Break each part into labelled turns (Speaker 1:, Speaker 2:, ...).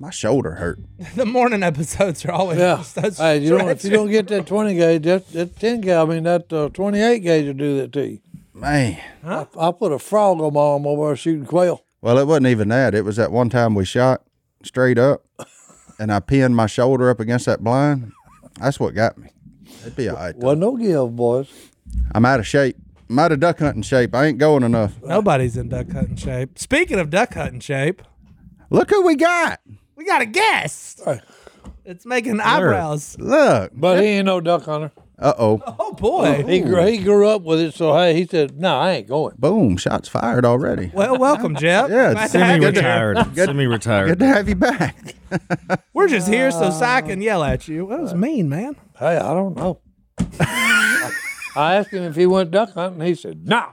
Speaker 1: My shoulder hurt.
Speaker 2: The morning episodes are always
Speaker 3: Yeah.
Speaker 2: just those
Speaker 3: Hey, you don't, if you
Speaker 2: stretchers.
Speaker 3: don't get that 20 gauge, that, that 10 gauge, I mean, that uh, 28 gauge will do that to you.
Speaker 1: Man.
Speaker 3: I put a frog on my arm over shooting quail.
Speaker 1: Well, it wasn't even that. It was that one time we shot straight up and I pinned my shoulder up against that blind. That's what got me. It'd be all right. though.
Speaker 3: Well, no give, boys.
Speaker 1: I'm out of shape. I'm out of duck hunting shape. I ain't going enough.
Speaker 2: Nobody's in duck hunting shape. Speaking of duck hunting shape,
Speaker 1: Look who we got.
Speaker 2: we got a guest. It's making eyebrows.
Speaker 1: Look.
Speaker 3: But he ain't no duck hunter.
Speaker 1: Uh oh.
Speaker 2: Oh boy.
Speaker 3: He grew, he grew up with it, so hey, he said, "No, I ain't going."
Speaker 1: Boom. Shots fired already.
Speaker 2: Well, welcome, Jeff.
Speaker 1: Yeah,
Speaker 2: Glad
Speaker 1: it's
Speaker 2: to have you here.
Speaker 4: Semi-retired. Semi-retired.
Speaker 1: Good to have you back.
Speaker 2: We're just here so Si
Speaker 3: Uh,
Speaker 2: can yell at you. That was mean, man.
Speaker 3: Hey, I don't know. I asked him if he went duck hunting. He said, "No,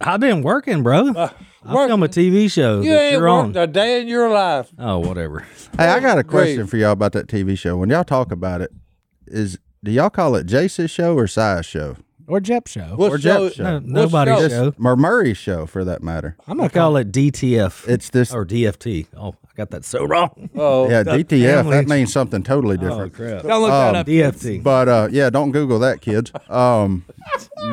Speaker 4: I've been working, bro. I film a TV show
Speaker 3: you
Speaker 4: that
Speaker 3: ain't
Speaker 4: you're on.
Speaker 3: worked a day in your life."
Speaker 4: oh, whatever.
Speaker 1: Hey, I got a question
Speaker 3: Great.
Speaker 1: for y'all about that TV show. When y'all talk about it, is do y'all call it Jace's show or Si's show?
Speaker 2: Or Jep show.
Speaker 3: What
Speaker 1: Or Jeff's show.
Speaker 4: No,
Speaker 1: What's
Speaker 4: nobody's
Speaker 3: show?
Speaker 4: show.
Speaker 1: Or Murray's show for that matter.
Speaker 4: I'm gonna call it DTF
Speaker 1: It's this
Speaker 4: or DFT. Oh, I got that so wrong.
Speaker 3: Oh,
Speaker 1: yeah, DTF,
Speaker 4: family- Oh.
Speaker 1: that means something totally different.
Speaker 4: crap.
Speaker 2: Don't look
Speaker 3: Um,
Speaker 2: that up.
Speaker 4: DFT.
Speaker 1: But uh, yeah, don't Google that, kids. Um,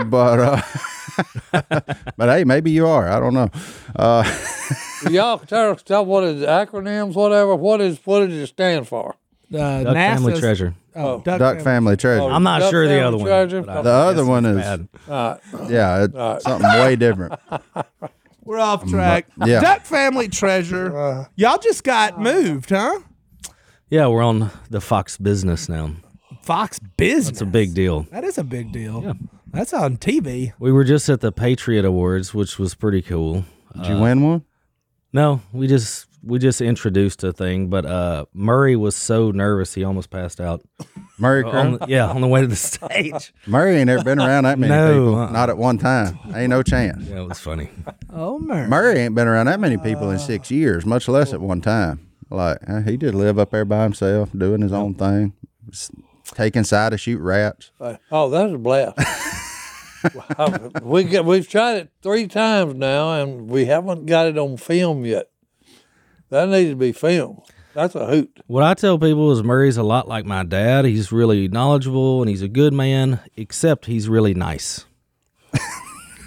Speaker 1: but uh, but hey, maybe you are. I don't know. Uh,
Speaker 3: y'all tell us tell what is acronyms, whatever. What is what does it stand for?
Speaker 2: Uh,
Speaker 4: Duck Family
Speaker 2: NASA's-
Speaker 4: Treasure.
Speaker 2: Oh, Duck,
Speaker 1: Duck
Speaker 2: Family.
Speaker 1: Family Treasure.
Speaker 4: Oh, I'm not
Speaker 3: Duck
Speaker 4: sure the
Speaker 3: Family
Speaker 4: other one.
Speaker 3: Treasure?
Speaker 4: but I
Speaker 1: the
Speaker 4: guess
Speaker 1: other one is
Speaker 4: bad.
Speaker 1: yeah, it's something way different.
Speaker 2: We're
Speaker 3: Mm,
Speaker 2: off track.
Speaker 1: yeah.
Speaker 2: Duck Family Treasure.
Speaker 3: Uh,
Speaker 2: Y'all just got moved, huh?
Speaker 4: Yeah, we're on the Fox business now.
Speaker 2: Fox Business.
Speaker 4: It's a big deal.
Speaker 2: That is a big deal. That's on TV.
Speaker 4: We were just at the Patriot Awards, which was pretty cool.
Speaker 1: Did
Speaker 4: Uh,
Speaker 1: you win one?
Speaker 4: No, we just we just introduced a thing, but uh, Murray was so nervous he almost passed out.
Speaker 1: Murray Crow?
Speaker 4: On the, yeah, on the way to the stage.
Speaker 1: Murray ain't ever been around that many
Speaker 4: No,
Speaker 1: people.
Speaker 4: uh-uh.
Speaker 1: Not at one time. Ain't no chance.
Speaker 4: Yeah, it was funny.
Speaker 2: Oh, Murray.
Speaker 1: Murray ain't been around that many people
Speaker 4: Uh,
Speaker 1: in six years, much less at one time. Like uh, he did live up there by himself, doing his own thing, s- taking side to shoot rats.
Speaker 3: Uh, Oh, that's a blast. Wow. we get, we've tried it three times now, and we haven't got it on film yet. That needs to be filmed. That's a hoot.
Speaker 4: What I tell people is Murray's a lot like my dad. He's really knowledgeable and he's a good man, except he's really nice.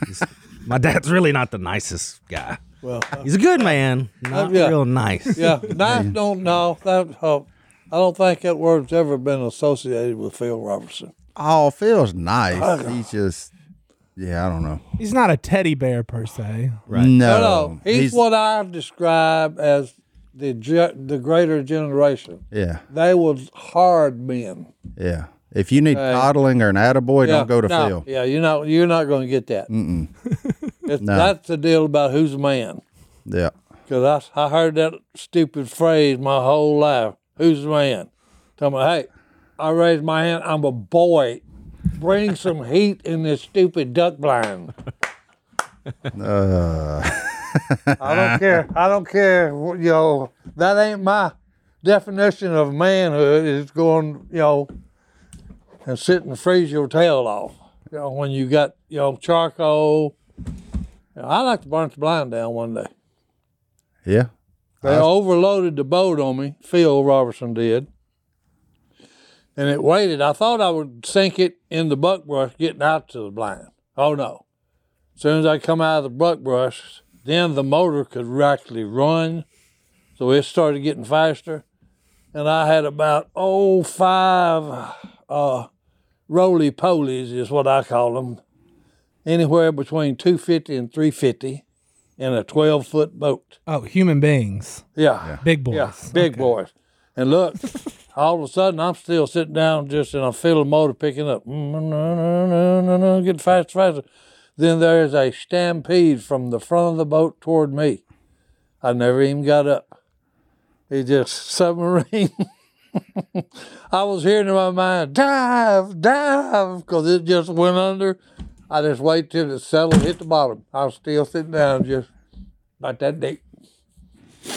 Speaker 4: He's- my dad's really not the nicest guy. Well, he's a good man, not
Speaker 3: yeah.
Speaker 4: real nice.
Speaker 3: Yeah, knife don't know. That, uh, I don't think that word's ever been associated with Phil Robertson.
Speaker 1: Oh, Phil's nice. He's just, yeah, I don't know.
Speaker 2: He's not a teddy bear per se.
Speaker 1: Right. No,
Speaker 3: No,
Speaker 4: Oh,
Speaker 3: no, uh, he's,
Speaker 1: he's-
Speaker 3: what I describe as the ge- the greater generation.
Speaker 1: yeah,
Speaker 3: They was hard men.
Speaker 1: yeah. If you need coddling or an attaboy,
Speaker 3: Yeah,
Speaker 1: don't go to
Speaker 3: no,
Speaker 1: Phil.
Speaker 3: Yeah, you're not you're not going to get that. It's, That's the deal about who's a man.
Speaker 1: Yeah.
Speaker 3: Because I, I heard that stupid phrase my whole life. Who's a man? Tell me, hey, I raised my hand. I'm a boy. Bring some heat in this stupid duck blind. I don't care. I don't care. wh- You know, that ain't my definition of manhood is going, you know, and sit and freeze your tail off. You know, when you got, you know, charcoal. You know, I like to burn the blind down one day.
Speaker 1: Yeah.
Speaker 3: They overloaded the boat on me. Phil Robertson did. And it waited. I thought I would sink it in the buck brush getting out to the blind. Oh no. As soon as I come out of the buck brush, then the motor could actually run. So it started getting faster. And I had about, oh, five uh, roly polies, is what I call them, anywhere between 250 and 350 in a 12 foot boat.
Speaker 2: Oh, human beings.
Speaker 3: Yeah.
Speaker 2: Big boys.
Speaker 3: Yeah, big boys. And look, All of a sudden, I'm still sitting down just in a fiddle motor picking up, Mm, getting faster, faster. Then there is a stampede from the front of the boat toward me. I never even got up. It just submarine. I was hearing in my mind, dive, dive, because it just went under. I just waited till it settled, hit the bottom. I was still sitting down, just about that deep.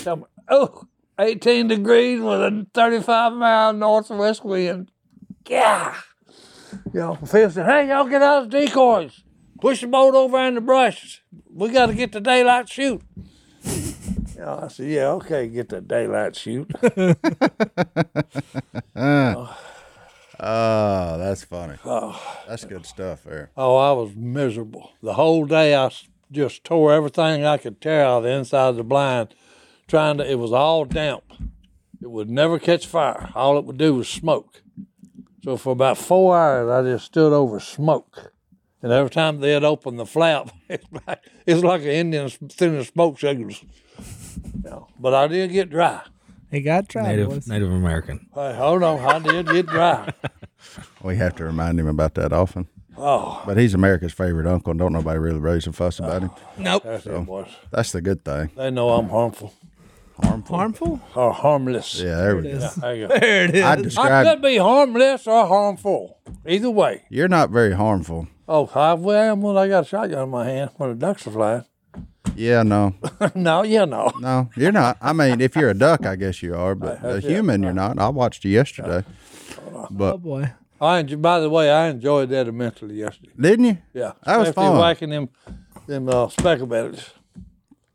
Speaker 3: Come- Oh, 18 degrees with a 35 mile northwest wind. Yeah. You know, Phil said, hey, y'all get out of the decoys. Push the boat over in the brush. We got to get the daylight shoot. You know, I said, yeah, okay, get the daylight shoot.
Speaker 1: Oh, that's funny. That's good stuff there.
Speaker 3: Oh, I was miserable. The whole day I s- just tore everything I could tear out of the inside of the blind, trying to, it was all damp. It would never catch fire. All it would do was smoke. So for about four hours, I just stood over smoke. And every time they'd open the flap, it's like, it's like an Indian sending smoke signals. You know, but I did get dry.
Speaker 2: He got tried. boys.
Speaker 4: Native Native American.
Speaker 3: Hey, hold on, I did get dry.
Speaker 1: We have to remind him about that often.
Speaker 3: Oh,
Speaker 1: But he's America's favorite uncle, and don't nobody really raise a fuss about him.
Speaker 2: Nope.
Speaker 3: that's it, boys.
Speaker 1: That's the good thing.
Speaker 3: They know I'm harmful
Speaker 2: Harmful?
Speaker 3: or harmless.
Speaker 1: Yeah, there we go.
Speaker 3: There you go.
Speaker 2: There it is.
Speaker 1: I
Speaker 3: I
Speaker 1: described.
Speaker 3: could be harmless or harmful. Either way.
Speaker 1: You're not very harmful.
Speaker 3: Oh, I am when I got a shotgun in my hand when the ducks are flying.
Speaker 1: Yeah, no,
Speaker 3: no, yeah, no.
Speaker 1: no, you're not. I mean, if you're a duck, I guess you are, but a human, you're not. I watched you yesterday,
Speaker 2: oh, boy.
Speaker 3: I enjoy, by the way, I enjoyed that immensely yesterday.
Speaker 1: didn't you?
Speaker 3: Yeah,
Speaker 1: That was
Speaker 3: especially
Speaker 1: fun.
Speaker 3: whacking them, them uh, specklebatters.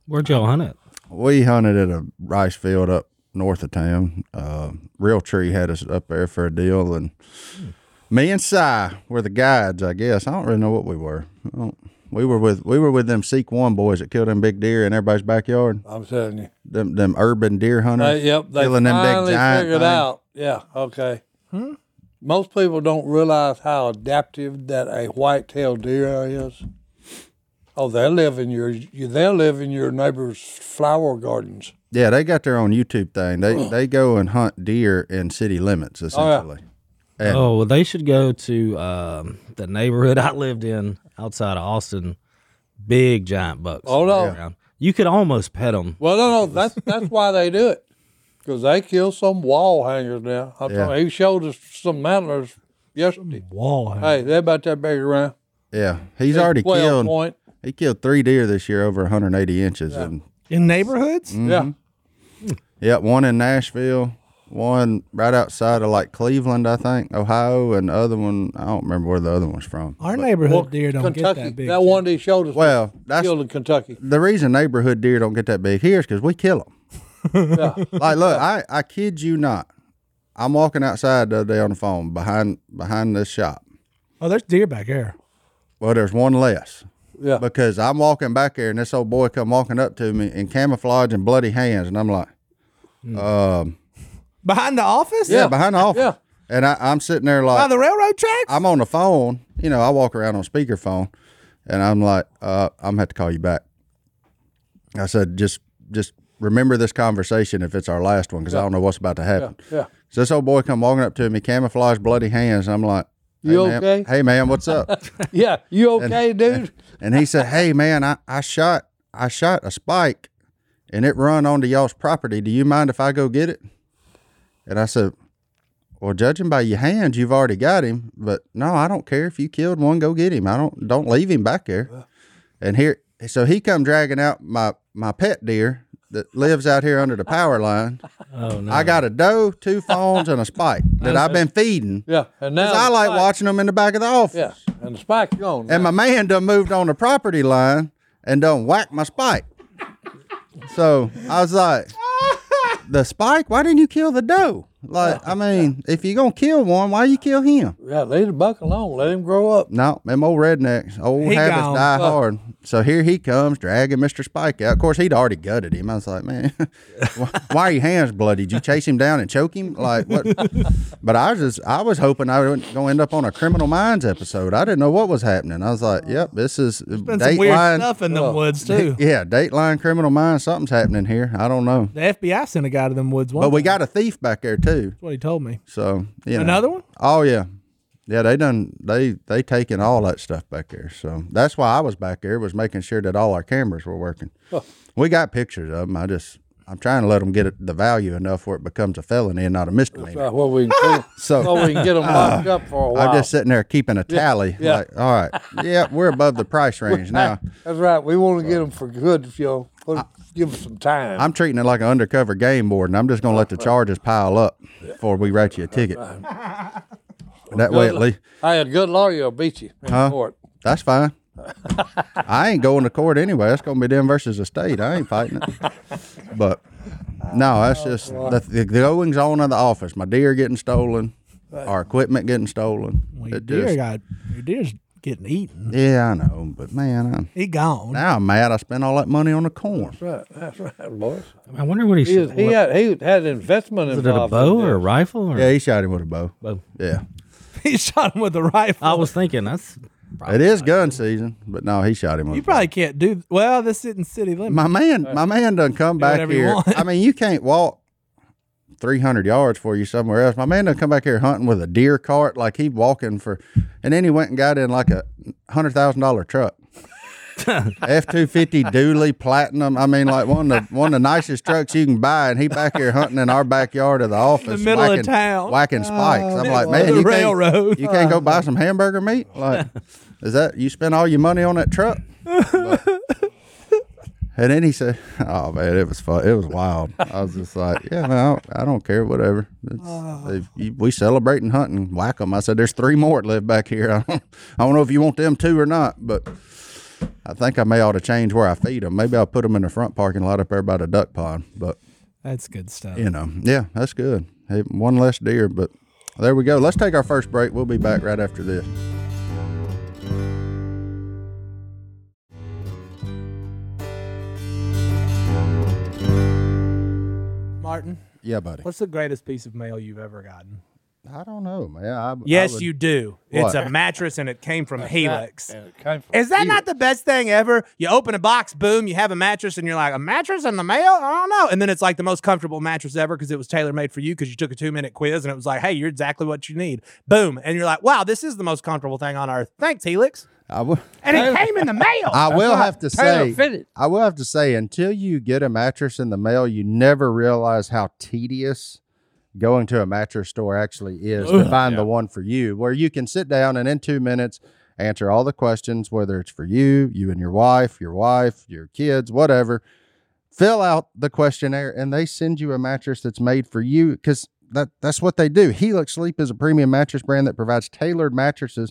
Speaker 4: Where'd y'all hunt at?
Speaker 1: We hunted at a rice field up north of town. Uh, Real Tree had us up there for a deal, and me and Si were the guides, I guess. I don't really know what we were. I don't- we were with we were with them Seek One boys that killed them big deer in everybody's backyard.
Speaker 3: I'm telling you.
Speaker 1: Them them urban deer hunters.
Speaker 3: They- yep, they
Speaker 1: killing them big
Speaker 3: finally
Speaker 1: giant
Speaker 3: figured
Speaker 1: things.
Speaker 3: out. Yeah, okay. Most people don't realize how adaptive that a white-tailed deer is. Oh, they live in your they live in your neighbor's flower gardens.
Speaker 1: Yeah, they got their own YouTube thing. They they go and hunt deer in city
Speaker 3: Oh,
Speaker 1: limits essentially. Yeah.
Speaker 4: Oh, well, they should go to um, the neighborhood I lived in outside of Austin. Big giant bucks.
Speaker 3: Hold on.
Speaker 4: around. You could almost pet them.
Speaker 3: Well, no, no, that's that's why they do it, because they kill some wall hangers now. I'm
Speaker 1: Yeah.
Speaker 3: talking, he showed us some antlers yesterday.
Speaker 2: Wall.
Speaker 3: Hey, they're about that big around.
Speaker 1: Yeah, he's already
Speaker 3: 12
Speaker 1: killed.
Speaker 3: Point.
Speaker 1: He killed three deer this year over 180 inches, and
Speaker 2: In neighborhoods?
Speaker 1: Mm. Mm-hmm.
Speaker 3: Yeah,
Speaker 1: yeah, one in Nashville, one right outside of like Cleveland, I think, Ohio, and the other one I don't remember where the other one's from.
Speaker 2: Our neighborhood deer don't
Speaker 3: Kentucky.
Speaker 2: get that big.
Speaker 3: one they showed us
Speaker 1: Well, that's
Speaker 3: killed in Kentucky.
Speaker 1: the reason neighborhood deer don't get that big here is because we kill them.
Speaker 3: Yeah.
Speaker 1: like look i i kid you not i'm walking outside the other day on the phone behind behind this shop
Speaker 2: oh, there's deer back here.
Speaker 1: well there's one less
Speaker 3: Yeah.
Speaker 1: because i'm walking back there and this old boy come walking up to me in camouflage and bloody hands and i'm like
Speaker 2: Behind the office?
Speaker 1: yeah, behind the office
Speaker 3: Yeah.
Speaker 1: and I, i'm sitting there
Speaker 2: By
Speaker 1: like
Speaker 2: the railroad tracks?
Speaker 1: i'm on the phone you know i walk around on speakerphone and i'm like uh, i'm gonna have to call you back i said just just remember this conversation if it's our last one because i don't know what's about to happen
Speaker 3: yeah.
Speaker 1: So this old boy come walking up to me, camouflage, bloody hands. I'm like, hey,
Speaker 3: You
Speaker 1: ma'am-
Speaker 3: okay?
Speaker 1: Hey, man, what's up?
Speaker 3: Yeah, you okay, dude?
Speaker 1: and he said, hey, man, I, I shot I shot a spike and it run onto y'all's property. Do you mind if I go get it? And I said, well, judging by your hands, you've already got him. But no, I don't care if you killed one. Go get him. I don't don't leave him back there. And here, so he come dragging out my my pet deer that lives out here under the power line.
Speaker 4: Oh no!
Speaker 1: I got a doe, two fawns, and a spike that I've been feeding.
Speaker 3: Yeah, and now
Speaker 1: 'Cause I
Speaker 3: the
Speaker 1: like
Speaker 3: spike-
Speaker 1: watching them in the back of the office.
Speaker 3: Yeah, and the spike gone.
Speaker 1: And my man done moved on the property line and done whack my spike. So I was like, the spike? Why didn't you kill the doe? Like, I mean, if you gonna kill one, why you kill him?
Speaker 3: yeah, leave the buck alone. Let him grow up.
Speaker 1: No, them old rednecks, old
Speaker 2: He
Speaker 1: habits
Speaker 2: gone.
Speaker 1: die hard. So here he comes dragging Mr. Spike out. Of course, he'd already gutted him. I was like, man, why, why are your hands bloody? Did you chase him down and choke him? Like what? but I was just, I was hoping I wasn't going to end up on a Criminal Minds episode. I didn't know what was happening. I was like, yep, this is
Speaker 2: Been some weird
Speaker 1: Dateline. Oh.
Speaker 2: stuff in them woods, too.
Speaker 1: Yeah, Dateline, Criminal Minds, something's happening here. I don't know.
Speaker 2: The FBI sent a guy to them woods once.
Speaker 1: But we got a thief back there too. too.
Speaker 2: what he told me.
Speaker 1: So you know.
Speaker 2: Another one?
Speaker 1: Oh yeah, yeah. They done they they taking all that stuff back there. So that's why I was back there was making sure that all our cameras were working. We got pictures of them. I just I'm trying to let them get it, the value enough where it becomes a felony and not a misdemeanor.
Speaker 3: Uh, well, we can,
Speaker 1: So-
Speaker 3: so we can get them locked up for a while.
Speaker 1: I'm just sitting there keeping a tally.
Speaker 3: yeah.
Speaker 1: Like, all right, yeah, we're above the price range now.
Speaker 3: That's right. We want to get them for good. You know, put, give them some time.
Speaker 1: I'm treating it like an undercover game board, and I'm just going to let the charges pile up before we write you a ticket. That way, at least
Speaker 3: I had a good lawyer will beat you in court.
Speaker 1: that's fine. I ain't going to court anyway. That's going to be them versus the state. I ain't fighting it. But no, that's just
Speaker 2: Oh,
Speaker 1: the, the goings on in the office. My deer getting stolen, our equipment getting stolen.
Speaker 2: Well, your
Speaker 1: It
Speaker 2: deer
Speaker 1: just-
Speaker 2: got your deer's getting eaten.
Speaker 1: yeah, I know, but man, I'm,
Speaker 2: He gone.
Speaker 1: now I'm mad. I spent all that money on the corn.
Speaker 3: Right, that's right, boys.
Speaker 4: I wonder what he,
Speaker 3: He,
Speaker 4: shot.
Speaker 3: is, he had he had investment
Speaker 4: was it a
Speaker 3: involved.
Speaker 4: bow
Speaker 3: in
Speaker 4: or a
Speaker 3: this.
Speaker 4: rifle? Or?
Speaker 1: Yeah, he shot him with a bow.
Speaker 4: Bow.
Speaker 1: Yeah,
Speaker 2: he shot him with a rifle.
Speaker 4: I was thinking that's
Speaker 1: it is gun season, but no, he shot him. With
Speaker 2: you
Speaker 1: a bow.
Speaker 2: probably can't do well. This isn't city limits.
Speaker 1: My man, my man done come back
Speaker 2: whatever you
Speaker 1: here.
Speaker 2: want.
Speaker 1: I mean, you can't walk 300 yards for you somewhere else. My man done come back here hunting with a deer cart, like he walking for, and then he went and got in like a hundred thousand dollar truck. F two fifty Dooley Platinum. I mean, like one of the one of the nicest trucks you can buy, and he back here hunting in our backyard of the office,
Speaker 2: middle of
Speaker 1: whacking,
Speaker 2: town.
Speaker 1: whacking spikes. I'm like,
Speaker 2: of
Speaker 1: man,
Speaker 2: the
Speaker 1: you
Speaker 2: railroad.
Speaker 1: Can't, you can't go buy some hamburger meat. Like, is that you spend all your money on that truck? And then he said, "Oh man, it was fun. It was wild." I was just like, "Yeah, man, I don't, I don't care. Whatever. It's, if you, we celebrating hunting. Whack them." I said, "There's three more that live back here. I don't, I don't know if you want them two or not, but I think I may ought to change where I feed them. Maybe I'll put them in the front parking lot up there by the duck pond. But
Speaker 2: That's good stuff.
Speaker 1: you know, yeah, that's good. Hey, one less deer, but." There we go. Let's take our first break. We'll be back right after this.
Speaker 2: Martin,
Speaker 1: Yeah, buddy.
Speaker 2: what's the greatest piece of mail you've ever gotten?
Speaker 1: I don't know, man. I, I
Speaker 5: Yes,
Speaker 1: would-
Speaker 5: you do. It's
Speaker 1: What?
Speaker 5: a mattress and it came from Helix.
Speaker 3: And it came from-
Speaker 5: Is that not the best thing ever? You open a box, boom, you have a mattress, and you're like, a mattress in the mail? I don't know. And then it's like the most comfortable mattress ever because it was tailor made for you because you took a two minute quiz and it was like, hey, you're exactly what you need. Boom. And you're like, wow, this is the most comfortable thing on earth. Thanks, Helix.
Speaker 1: I would.
Speaker 5: And it came in the mail.
Speaker 1: I will have to say,
Speaker 3: tailor-fitted.
Speaker 1: I will have to say, until you get a mattress in the mail, you never realize how tedious going to a mattress store actually is to find the one for you, where you can sit down and in two minutes answer all the questions, whether it's for you, you and your wife, your wife, your kids, whatever. Fill out the questionnaire, and they send you a mattress that's made for you because that that's what they do. Helix Sleep is a premium mattress brand that provides tailored mattresses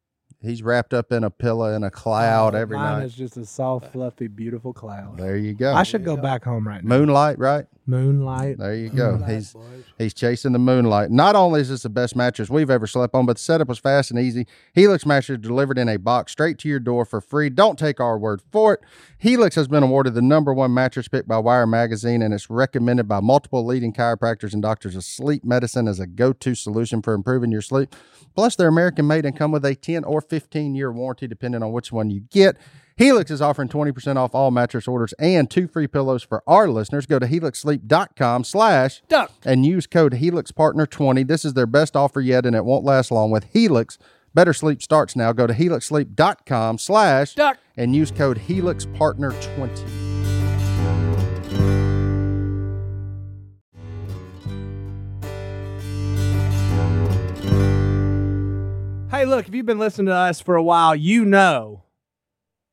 Speaker 1: he's wrapped up in a pillow in a cloud every
Speaker 2: Oh, Mine
Speaker 1: night.
Speaker 2: is just a soft, fluffy, beautiful cloud.
Speaker 1: There you go.
Speaker 2: I should go back home right now.
Speaker 1: Moonlight, right?
Speaker 2: Moonlight.
Speaker 1: There you go. He's he's chasing the moonlight. Not only is this the best mattress we've ever slept on, but the setup was fast and easy. Helix mattress delivered in a box straight to your door for free. Don't take our word for it. Helix has been awarded the number one mattress pick by Wire Magazine, and it's recommended by multiple leading chiropractors and doctors of sleep medicine as a go-to solution for improving your sleep. Plus, they're American made and come with a 10 or 15 year warranty, depending on which one you get. Helix is offering 20% off all mattress orders and two free pillows for our listeners. Go to helixsleep.com slash
Speaker 2: Duck.
Speaker 1: and use code HelixPartner20. This is their best offer yet, and it won't last long with Helix. Better sleep starts now. Go to helixsleep.com slash
Speaker 2: Duck.
Speaker 1: and use code HelixPartner20.
Speaker 2: Hey, look, if you've been listening to us for a while, you know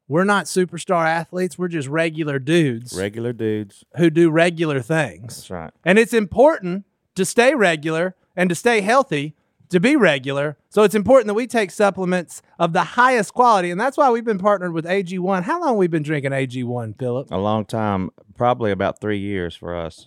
Speaker 2: we're not superstar athletes. We're just regular dudes
Speaker 6: Regular dudes.
Speaker 2: who do regular things.
Speaker 6: That's right.
Speaker 2: And it's important to stay regular and to stay healthy to be regular. So it's important that we take supplements of the highest quality. And that's why we've been partnered with AG1. How long have we been drinking AG1, Philip?
Speaker 6: A long time, probably about three years for us.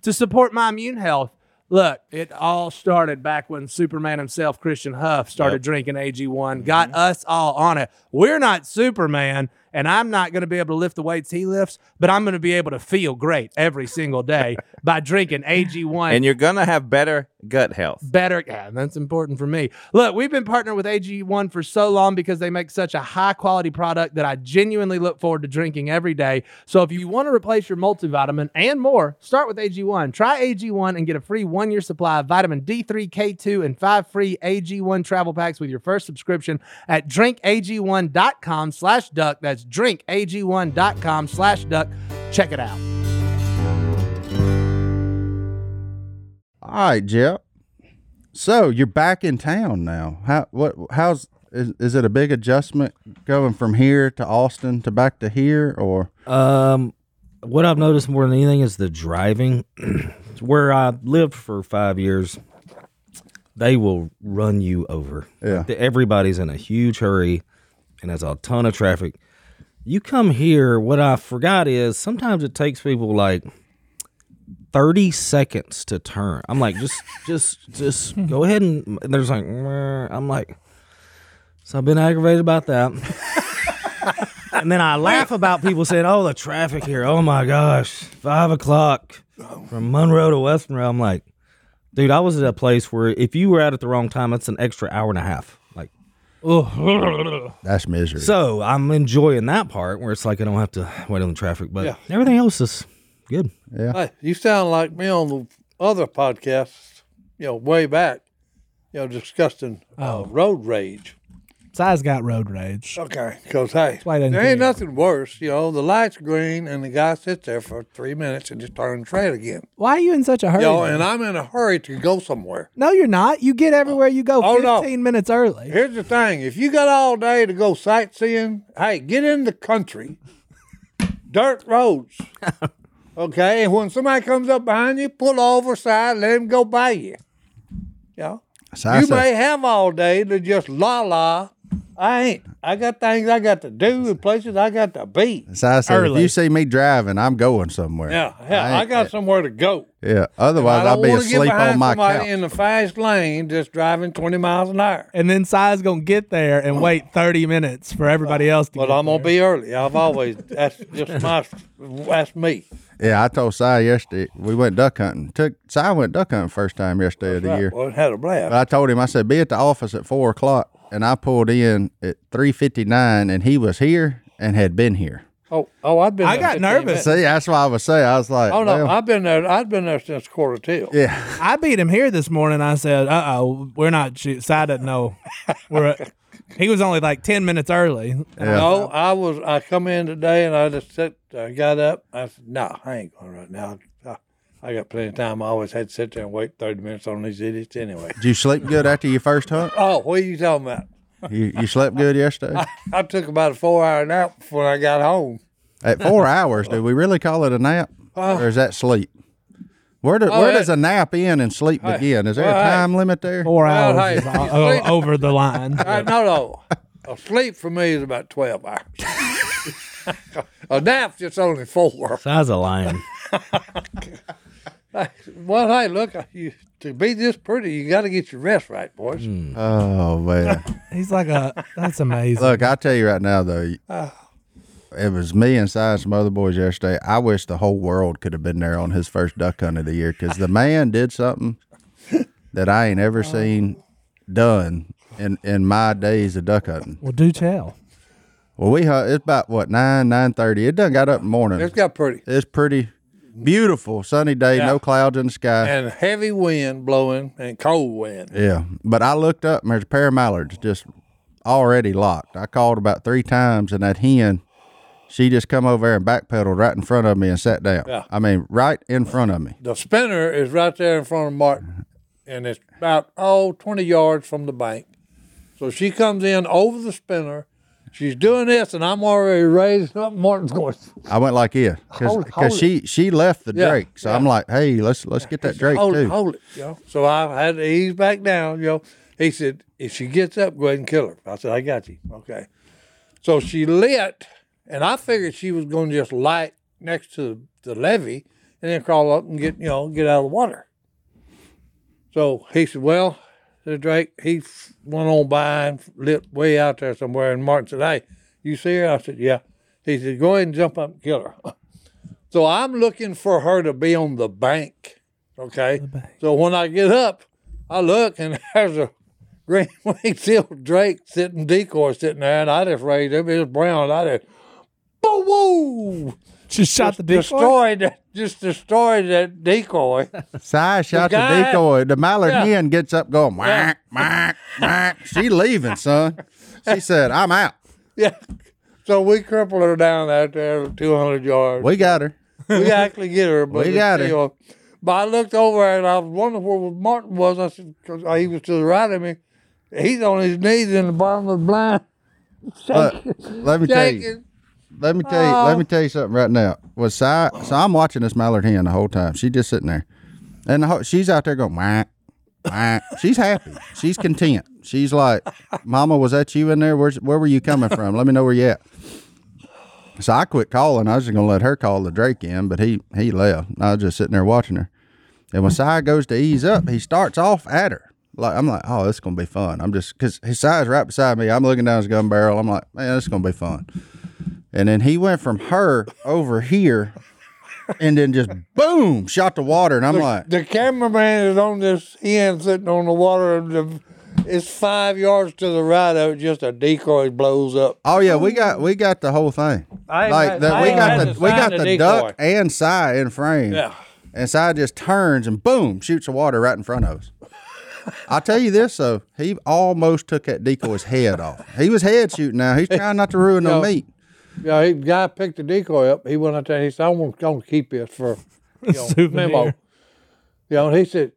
Speaker 2: to support my immune health. Look, it all started back when Superman himself, Christian Huff, started drinking AG1, got us all on it. We're not Superman, and I'm not going to be able to lift the weights he lifts, but I'm going to be able to feel great every single day by drinking AG1
Speaker 6: and you're going to have better gut health.
Speaker 2: better. Yeah, and that's important for me. Look, we've been partnered with AG1 for so long because they make such a high quality product that I genuinely look forward to drinking every day. So if you want to replace your multivitamin and more, start with AG1. Try AG1 and get a free one year supply of vitamin D3, K2, and five free AG1 travel packs with your first subscription at drinkag1.com slash duck. That's drinkag1.com slash duck. Check it out.
Speaker 1: All right, Jeff. So you're back in town now. How what how's is, is it a big adjustment going from here to Austin to back to here or
Speaker 4: Um, what I've noticed more than anything is the driving. It's Where I lived for five years, they will run you over.
Speaker 1: Yeah.
Speaker 4: Like, the- everybody's in a huge hurry, and there's a ton of traffic. You come here. What I forgot is sometimes it takes people like thirty seconds to turn. I'm like, just, just, just go ahead and. and There's like, "Meh." I'm like, so I've been aggravated about that. And then I laugh about people saying, "Oh, the traffic here! Oh my gosh, five o'clock from Monroe to West Monroe." I'm like, dude, I was at a place where if you were out at the wrong time, that's an extra hour and a half. Like,
Speaker 1: that's misery.
Speaker 4: so I'm enjoying that part where it's like I don't have to wait on the traffic, but everything else is good.
Speaker 3: Hey, you sound like me on the other podcast, you know, way back, you know, discussing
Speaker 2: Oh.
Speaker 3: uh, road rage.
Speaker 2: Size got road rage.
Speaker 3: Okay. Because, hey,
Speaker 2: why I
Speaker 3: there
Speaker 2: didn't
Speaker 3: ain't
Speaker 2: do it.
Speaker 3: nothing worse. You know, the light's green and the guy sits there for three minutes and just turns red again.
Speaker 2: Why are you in such a hurry?
Speaker 3: You know, and I'm in a hurry to go somewhere.
Speaker 2: No, you're not. You get everywhere you go
Speaker 3: Oh,
Speaker 2: 15
Speaker 3: no.
Speaker 2: minutes early.
Speaker 3: Here's the thing if you got all day to go sightseeing, hey, get in the country, dirt roads. Okay. And when somebody comes up behind you, pull over side, let him go by you. Yeah.
Speaker 1: So I
Speaker 3: you
Speaker 1: said-
Speaker 3: may have all day to just la la I ain't. I got things I got to do and places I got to be.
Speaker 1: So I said, if
Speaker 5: Early.
Speaker 1: you see me driving, I'm going somewhere.
Speaker 3: Yeah, hell, I,
Speaker 1: ain't-
Speaker 3: got somewhere to go.
Speaker 1: Yeah.
Speaker 3: I
Speaker 1: Otherwise, I'll
Speaker 3: don't
Speaker 1: be
Speaker 3: want to get
Speaker 1: asleep
Speaker 3: behind
Speaker 1: on my
Speaker 3: somebody
Speaker 1: couch.
Speaker 3: in the fast lane just driving 20 miles an hour.
Speaker 5: And then Si's gonna get there and wait 30 minutes for everybody else to
Speaker 3: Oh. But
Speaker 5: get
Speaker 3: I'm gonna
Speaker 5: there.
Speaker 3: be early. I've always that's just my that's me.
Speaker 1: yeah, I told Si yesterday we went duck hunting. Took Si went duck hunting first time yesterday of the year.
Speaker 3: Well, had a
Speaker 1: But
Speaker 3: blast.
Speaker 1: I told him, I said, be at the office at four o'clock, and I pulled in at three fifty nine, and he was here and had been here.
Speaker 3: Oh, oh, I've been.
Speaker 5: I
Speaker 3: there
Speaker 5: got
Speaker 3: 15
Speaker 5: nervous.
Speaker 3: minutes.
Speaker 1: See, that's why I was saying I was like,
Speaker 3: Oh no,
Speaker 1: well,
Speaker 3: I've been there. I've been there since quarter till.
Speaker 1: yeah,
Speaker 5: I beat him here this morning. I said, "Uh oh, we're not." Shoot. Si doesn't know. We're. He was only like 10 minutes early.
Speaker 3: No, I was. I come in today and I just sit, I got up. I said, "No, I ain't going right now. I, I got plenty of time. I always had to sit there and wait thirty minutes on these idiots anyway."
Speaker 1: did you sleep good after your first hunt?
Speaker 3: oh, what are you talking about?
Speaker 1: You, you slept good yesterday?
Speaker 3: I took about a four-hour nap before I got home.
Speaker 1: At four hours, do we really call it a nap, or is that sleep? Where, do, where
Speaker 3: that-
Speaker 1: does a nap end and sleep begin? Is there a
Speaker 3: Well, hey.
Speaker 1: time limit there?
Speaker 5: Four
Speaker 3: Well,
Speaker 5: hours
Speaker 3: Oh, hey,
Speaker 5: is o-
Speaker 3: you
Speaker 5: o-
Speaker 3: sleep-
Speaker 5: over the line.
Speaker 3: Uh, no, no. A sleep for me is about 12 hours. a nap's just only four.
Speaker 4: Size a lion.
Speaker 3: Well, hey, look, you, to be this pretty, you got to get your rest right, boys.
Speaker 1: Oh man.
Speaker 5: He's like a. That's amazing.
Speaker 1: Look, I'll tell you right now, though, it was me and Si and some other boys yesterday. I wish the whole world could have been there on his first duck hunt of the year because the man did something that I ain't ever seen done in, in my days of duck hunting.
Speaker 5: well, do tell.
Speaker 1: Well, we hunt, it's about what, 9, 9.30. It done got up in the morning.
Speaker 3: It's got pretty.
Speaker 1: It's pretty beautiful, sunny day, no clouds in the sky.
Speaker 3: And heavy wind blowing and cold wind.
Speaker 1: Yeah, but I looked up and there's a pair of mallards just already locked. I called about three times and that hen, she just come over there and backpedaled right in front of me and sat down.
Speaker 3: Yeah.
Speaker 1: I mean, right in front of me.
Speaker 3: The spinner is right there in front of Martin, and it's about, oh, 20 yards from the bank. So she comes in over the spinner. She's doing this, and I'm already raised up. Martin's going,
Speaker 1: I went like yeah,
Speaker 3: Hold it, hold
Speaker 1: because she she left the
Speaker 3: Yeah,
Speaker 1: drake, so I'm like, hey, let's let's get that drake
Speaker 3: hold
Speaker 1: too.
Speaker 3: it, hold it, you know. So I had to ease back down, you know. He said, if she gets up, go ahead and kill her. I said, I got you. Okay. So she lit, and I figured she was going to just light next to the levee and then crawl up and get, you know, get out of the water. So he said, well, the Drake, he f- went on by and lit way out there somewhere. And Martin said, hey, you see her? I said, yeah. He said, go ahead and jump up and kill her. So I'm looking for her to be on the bank. Okay. So when I get up, I look and there's a green winged seal drake sitting decoy sitting there, and I just raised him. It was brown. and I just boo woo
Speaker 5: Just shot the decoy.
Speaker 3: destroyed that, just destroyed that decoy.
Speaker 1: Si shot the,
Speaker 3: guy-
Speaker 1: decoy. The mallard
Speaker 3: Yeah.
Speaker 1: hen gets up, going, whack, whack, whack. She leaving, son. She said, I'm out.
Speaker 3: yeah. So we crippled her down out there 200 yards.
Speaker 1: We got her.
Speaker 3: we actually get her. But
Speaker 1: We
Speaker 3: it's
Speaker 1: got her.
Speaker 3: still- But I looked over and I was wondering where Martin was. I said, because he was to the right of me. He's on his knees in the bottom of the blind.
Speaker 1: Look, let me tell you.
Speaker 3: shaking.
Speaker 1: Let me tell you. Let me tell you something right now. Was Si, so I'm watching this mallard hen the whole time. She just sitting there, and the whole, she's out there going, wah, wah. She's happy. She's content. She's like, Mama, was that you in there? Where's where were you coming from? Let me know where you at. So I quit calling. I was just gonna let her call the Drake in, but he he left. And I was just sitting there watching her. And when Si goes to ease up, he starts off at her. Like I'm like, oh, this is gonna be fun. I'm just because his size right beside me. I'm looking down his gun barrel. I'm like, man, this is gonna be fun. And then he went from her over here, and then just boom, shot the water. And I'm like,
Speaker 3: The cameraman is on this end sitting on the water and the, it's five yards to the right of it, just a decoy blows up.
Speaker 1: oh yeah, we got we got the whole thing.
Speaker 3: I ain't
Speaker 1: like
Speaker 3: had-
Speaker 1: the,
Speaker 3: I
Speaker 1: we
Speaker 3: ain't
Speaker 1: got
Speaker 3: had
Speaker 1: the
Speaker 3: to
Speaker 1: we got
Speaker 3: find a
Speaker 1: the
Speaker 3: decoy.
Speaker 1: duck and Si in frame.
Speaker 3: Yeah.
Speaker 1: And Si just turns and boom, shoots the water right in front of us. I'll tell you this though, he almost took that decoy's head off. He was head shooting now. He's trying not to ruin no
Speaker 3: Yeah.
Speaker 1: meat.
Speaker 3: Yeah, he guy picked the decoy up. He went out there. He said, "I'm gonna- gonna keep this for you know,
Speaker 5: Souvenir.
Speaker 3: memo." You know, and he said,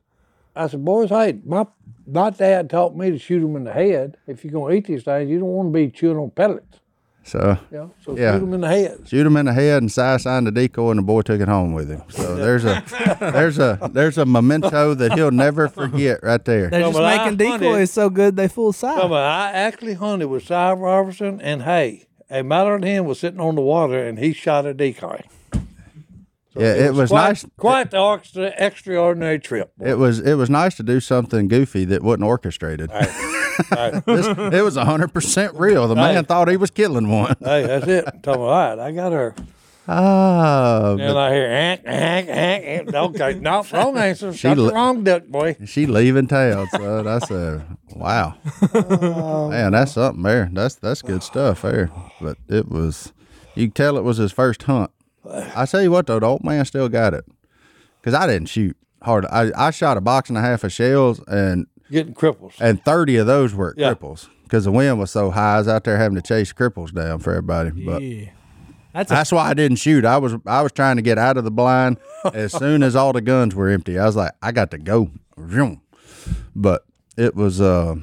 Speaker 3: "I said, boys, hey, my my dad taught me to shoot them in the head. If you're gonna eat these things, you don't want to be chewing on pellets."
Speaker 1: So
Speaker 3: Yeah. So
Speaker 1: Yeah.
Speaker 3: shoot them in the head.
Speaker 1: shoot him in the head, and Si signed the decoy, and the boy took it home with him. So there's a there's a there's a memento that he'll never forget right there.
Speaker 2: They're just
Speaker 3: but I
Speaker 2: making
Speaker 3: hunted-
Speaker 2: decoys so good they fool
Speaker 3: Come
Speaker 2: size.
Speaker 3: on, I actually hunted with Cy Robertson and Hay. A mallard hen was sitting on the water and he shot a decoy.
Speaker 1: Yeah, it was
Speaker 3: quite,
Speaker 1: nice.
Speaker 3: Quite the extra, extraordinary trip. boy.
Speaker 1: It was it was nice to do something goofy that wasn't orchestrated. This- it was hundred percent real. The man
Speaker 3: Right.
Speaker 1: thought he was killing one.
Speaker 3: hey, that's it. Tell me, all right, I got her.
Speaker 1: Ah,
Speaker 3: And I hear, "Ank, ank, ank, ank." okay, no, wrong answer. Shot
Speaker 1: li-
Speaker 3: the wrong duck, boy.
Speaker 1: she leaving town. So that's a wow. Man, that's something there. That's that's good stuff there. But it was, you could tell it was his first hunt. I tell you what though, the old man still got it, cause I didn't shoot hard. I, I shot a box and a half of shells and
Speaker 3: Getting cripples.
Speaker 1: and thirty of those were at
Speaker 3: Yeah.
Speaker 1: cripples because the wind was so high. I was out there having to chase cripples down for everybody. But
Speaker 2: That's a
Speaker 1: that's why I didn't shoot. I was I was trying to get out of the blind as soon as all the guns were empty. I was like, I got to go. Vroom. But it was uh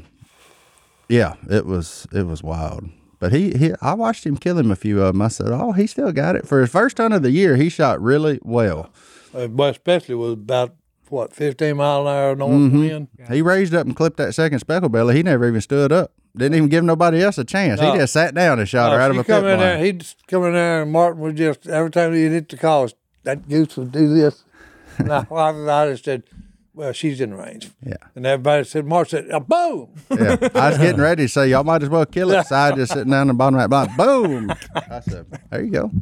Speaker 1: yeah, it was it was wild. But he, he I watched him kill him a few of them. I said, Oh, he still got it. For his first hunt of the year, he shot really well.
Speaker 3: Uh, but especially was about, what, 15 mile an hour north
Speaker 1: Mm-hmm.
Speaker 3: wind?
Speaker 1: He raised up and clipped that second speckle belly. He never even stood up. Didn't even give nobody else a chance. He just sat down and shot her
Speaker 3: Oh,
Speaker 1: out of
Speaker 3: she
Speaker 1: a pit
Speaker 3: come in
Speaker 1: line.
Speaker 3: there, he'd s- come in there, and Martin would just every time he'd hit the calls, that goose would do this. and I, I just said, "Well, she's in range."
Speaker 1: Yeah.
Speaker 3: And everybody said, "Martin said, uh, boom."
Speaker 1: Yeah, I was getting ready to say y'all might as well kill it. So I just sitting down in the bottom of that blind. Boom! I said, "There you go.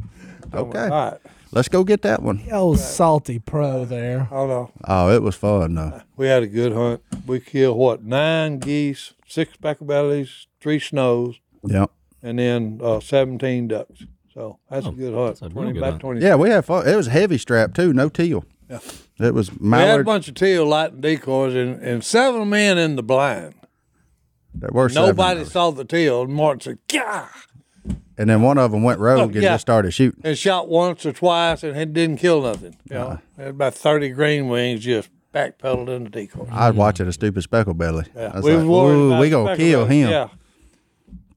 Speaker 3: Oh,
Speaker 1: Okay,
Speaker 3: All right.
Speaker 1: let's go get that one."
Speaker 2: old salty pro there.
Speaker 3: Oh no,
Speaker 1: Oh, it was fun though.
Speaker 3: we had a good hunt. We killed what nine geese, six speckle bellies, three snows,
Speaker 1: Yep.
Speaker 3: and then uh, seventeen ducks. So that's a good hunt.
Speaker 4: Oh, that's a real
Speaker 3: Twenty
Speaker 4: good
Speaker 3: by
Speaker 4: hunt.
Speaker 3: twenty.
Speaker 1: Yeah, we had fun. It was heavy strap too, no teal. Yeah. It was
Speaker 3: We had a
Speaker 1: mallard.
Speaker 3: bunch of teal lighting decoys and, and seven men in the blind.
Speaker 1: There were seven
Speaker 3: Nobody
Speaker 1: of us.
Speaker 3: saw the teal. And Martin said, "Gah!"
Speaker 1: And then one of them went rogue and
Speaker 3: yeah.
Speaker 1: just started shooting.
Speaker 3: and shot once or twice and it didn't kill nothing. You
Speaker 1: Uh-huh.
Speaker 3: know, had about thirty green wings just backpedaled in the decoy.
Speaker 1: I was watching a stupid speckle belly. I was
Speaker 3: We
Speaker 1: like,
Speaker 3: was worried
Speaker 1: "Ooh,
Speaker 3: about
Speaker 1: we gonna
Speaker 3: speckle
Speaker 1: kill
Speaker 3: belly."
Speaker 1: him."
Speaker 3: Yeah,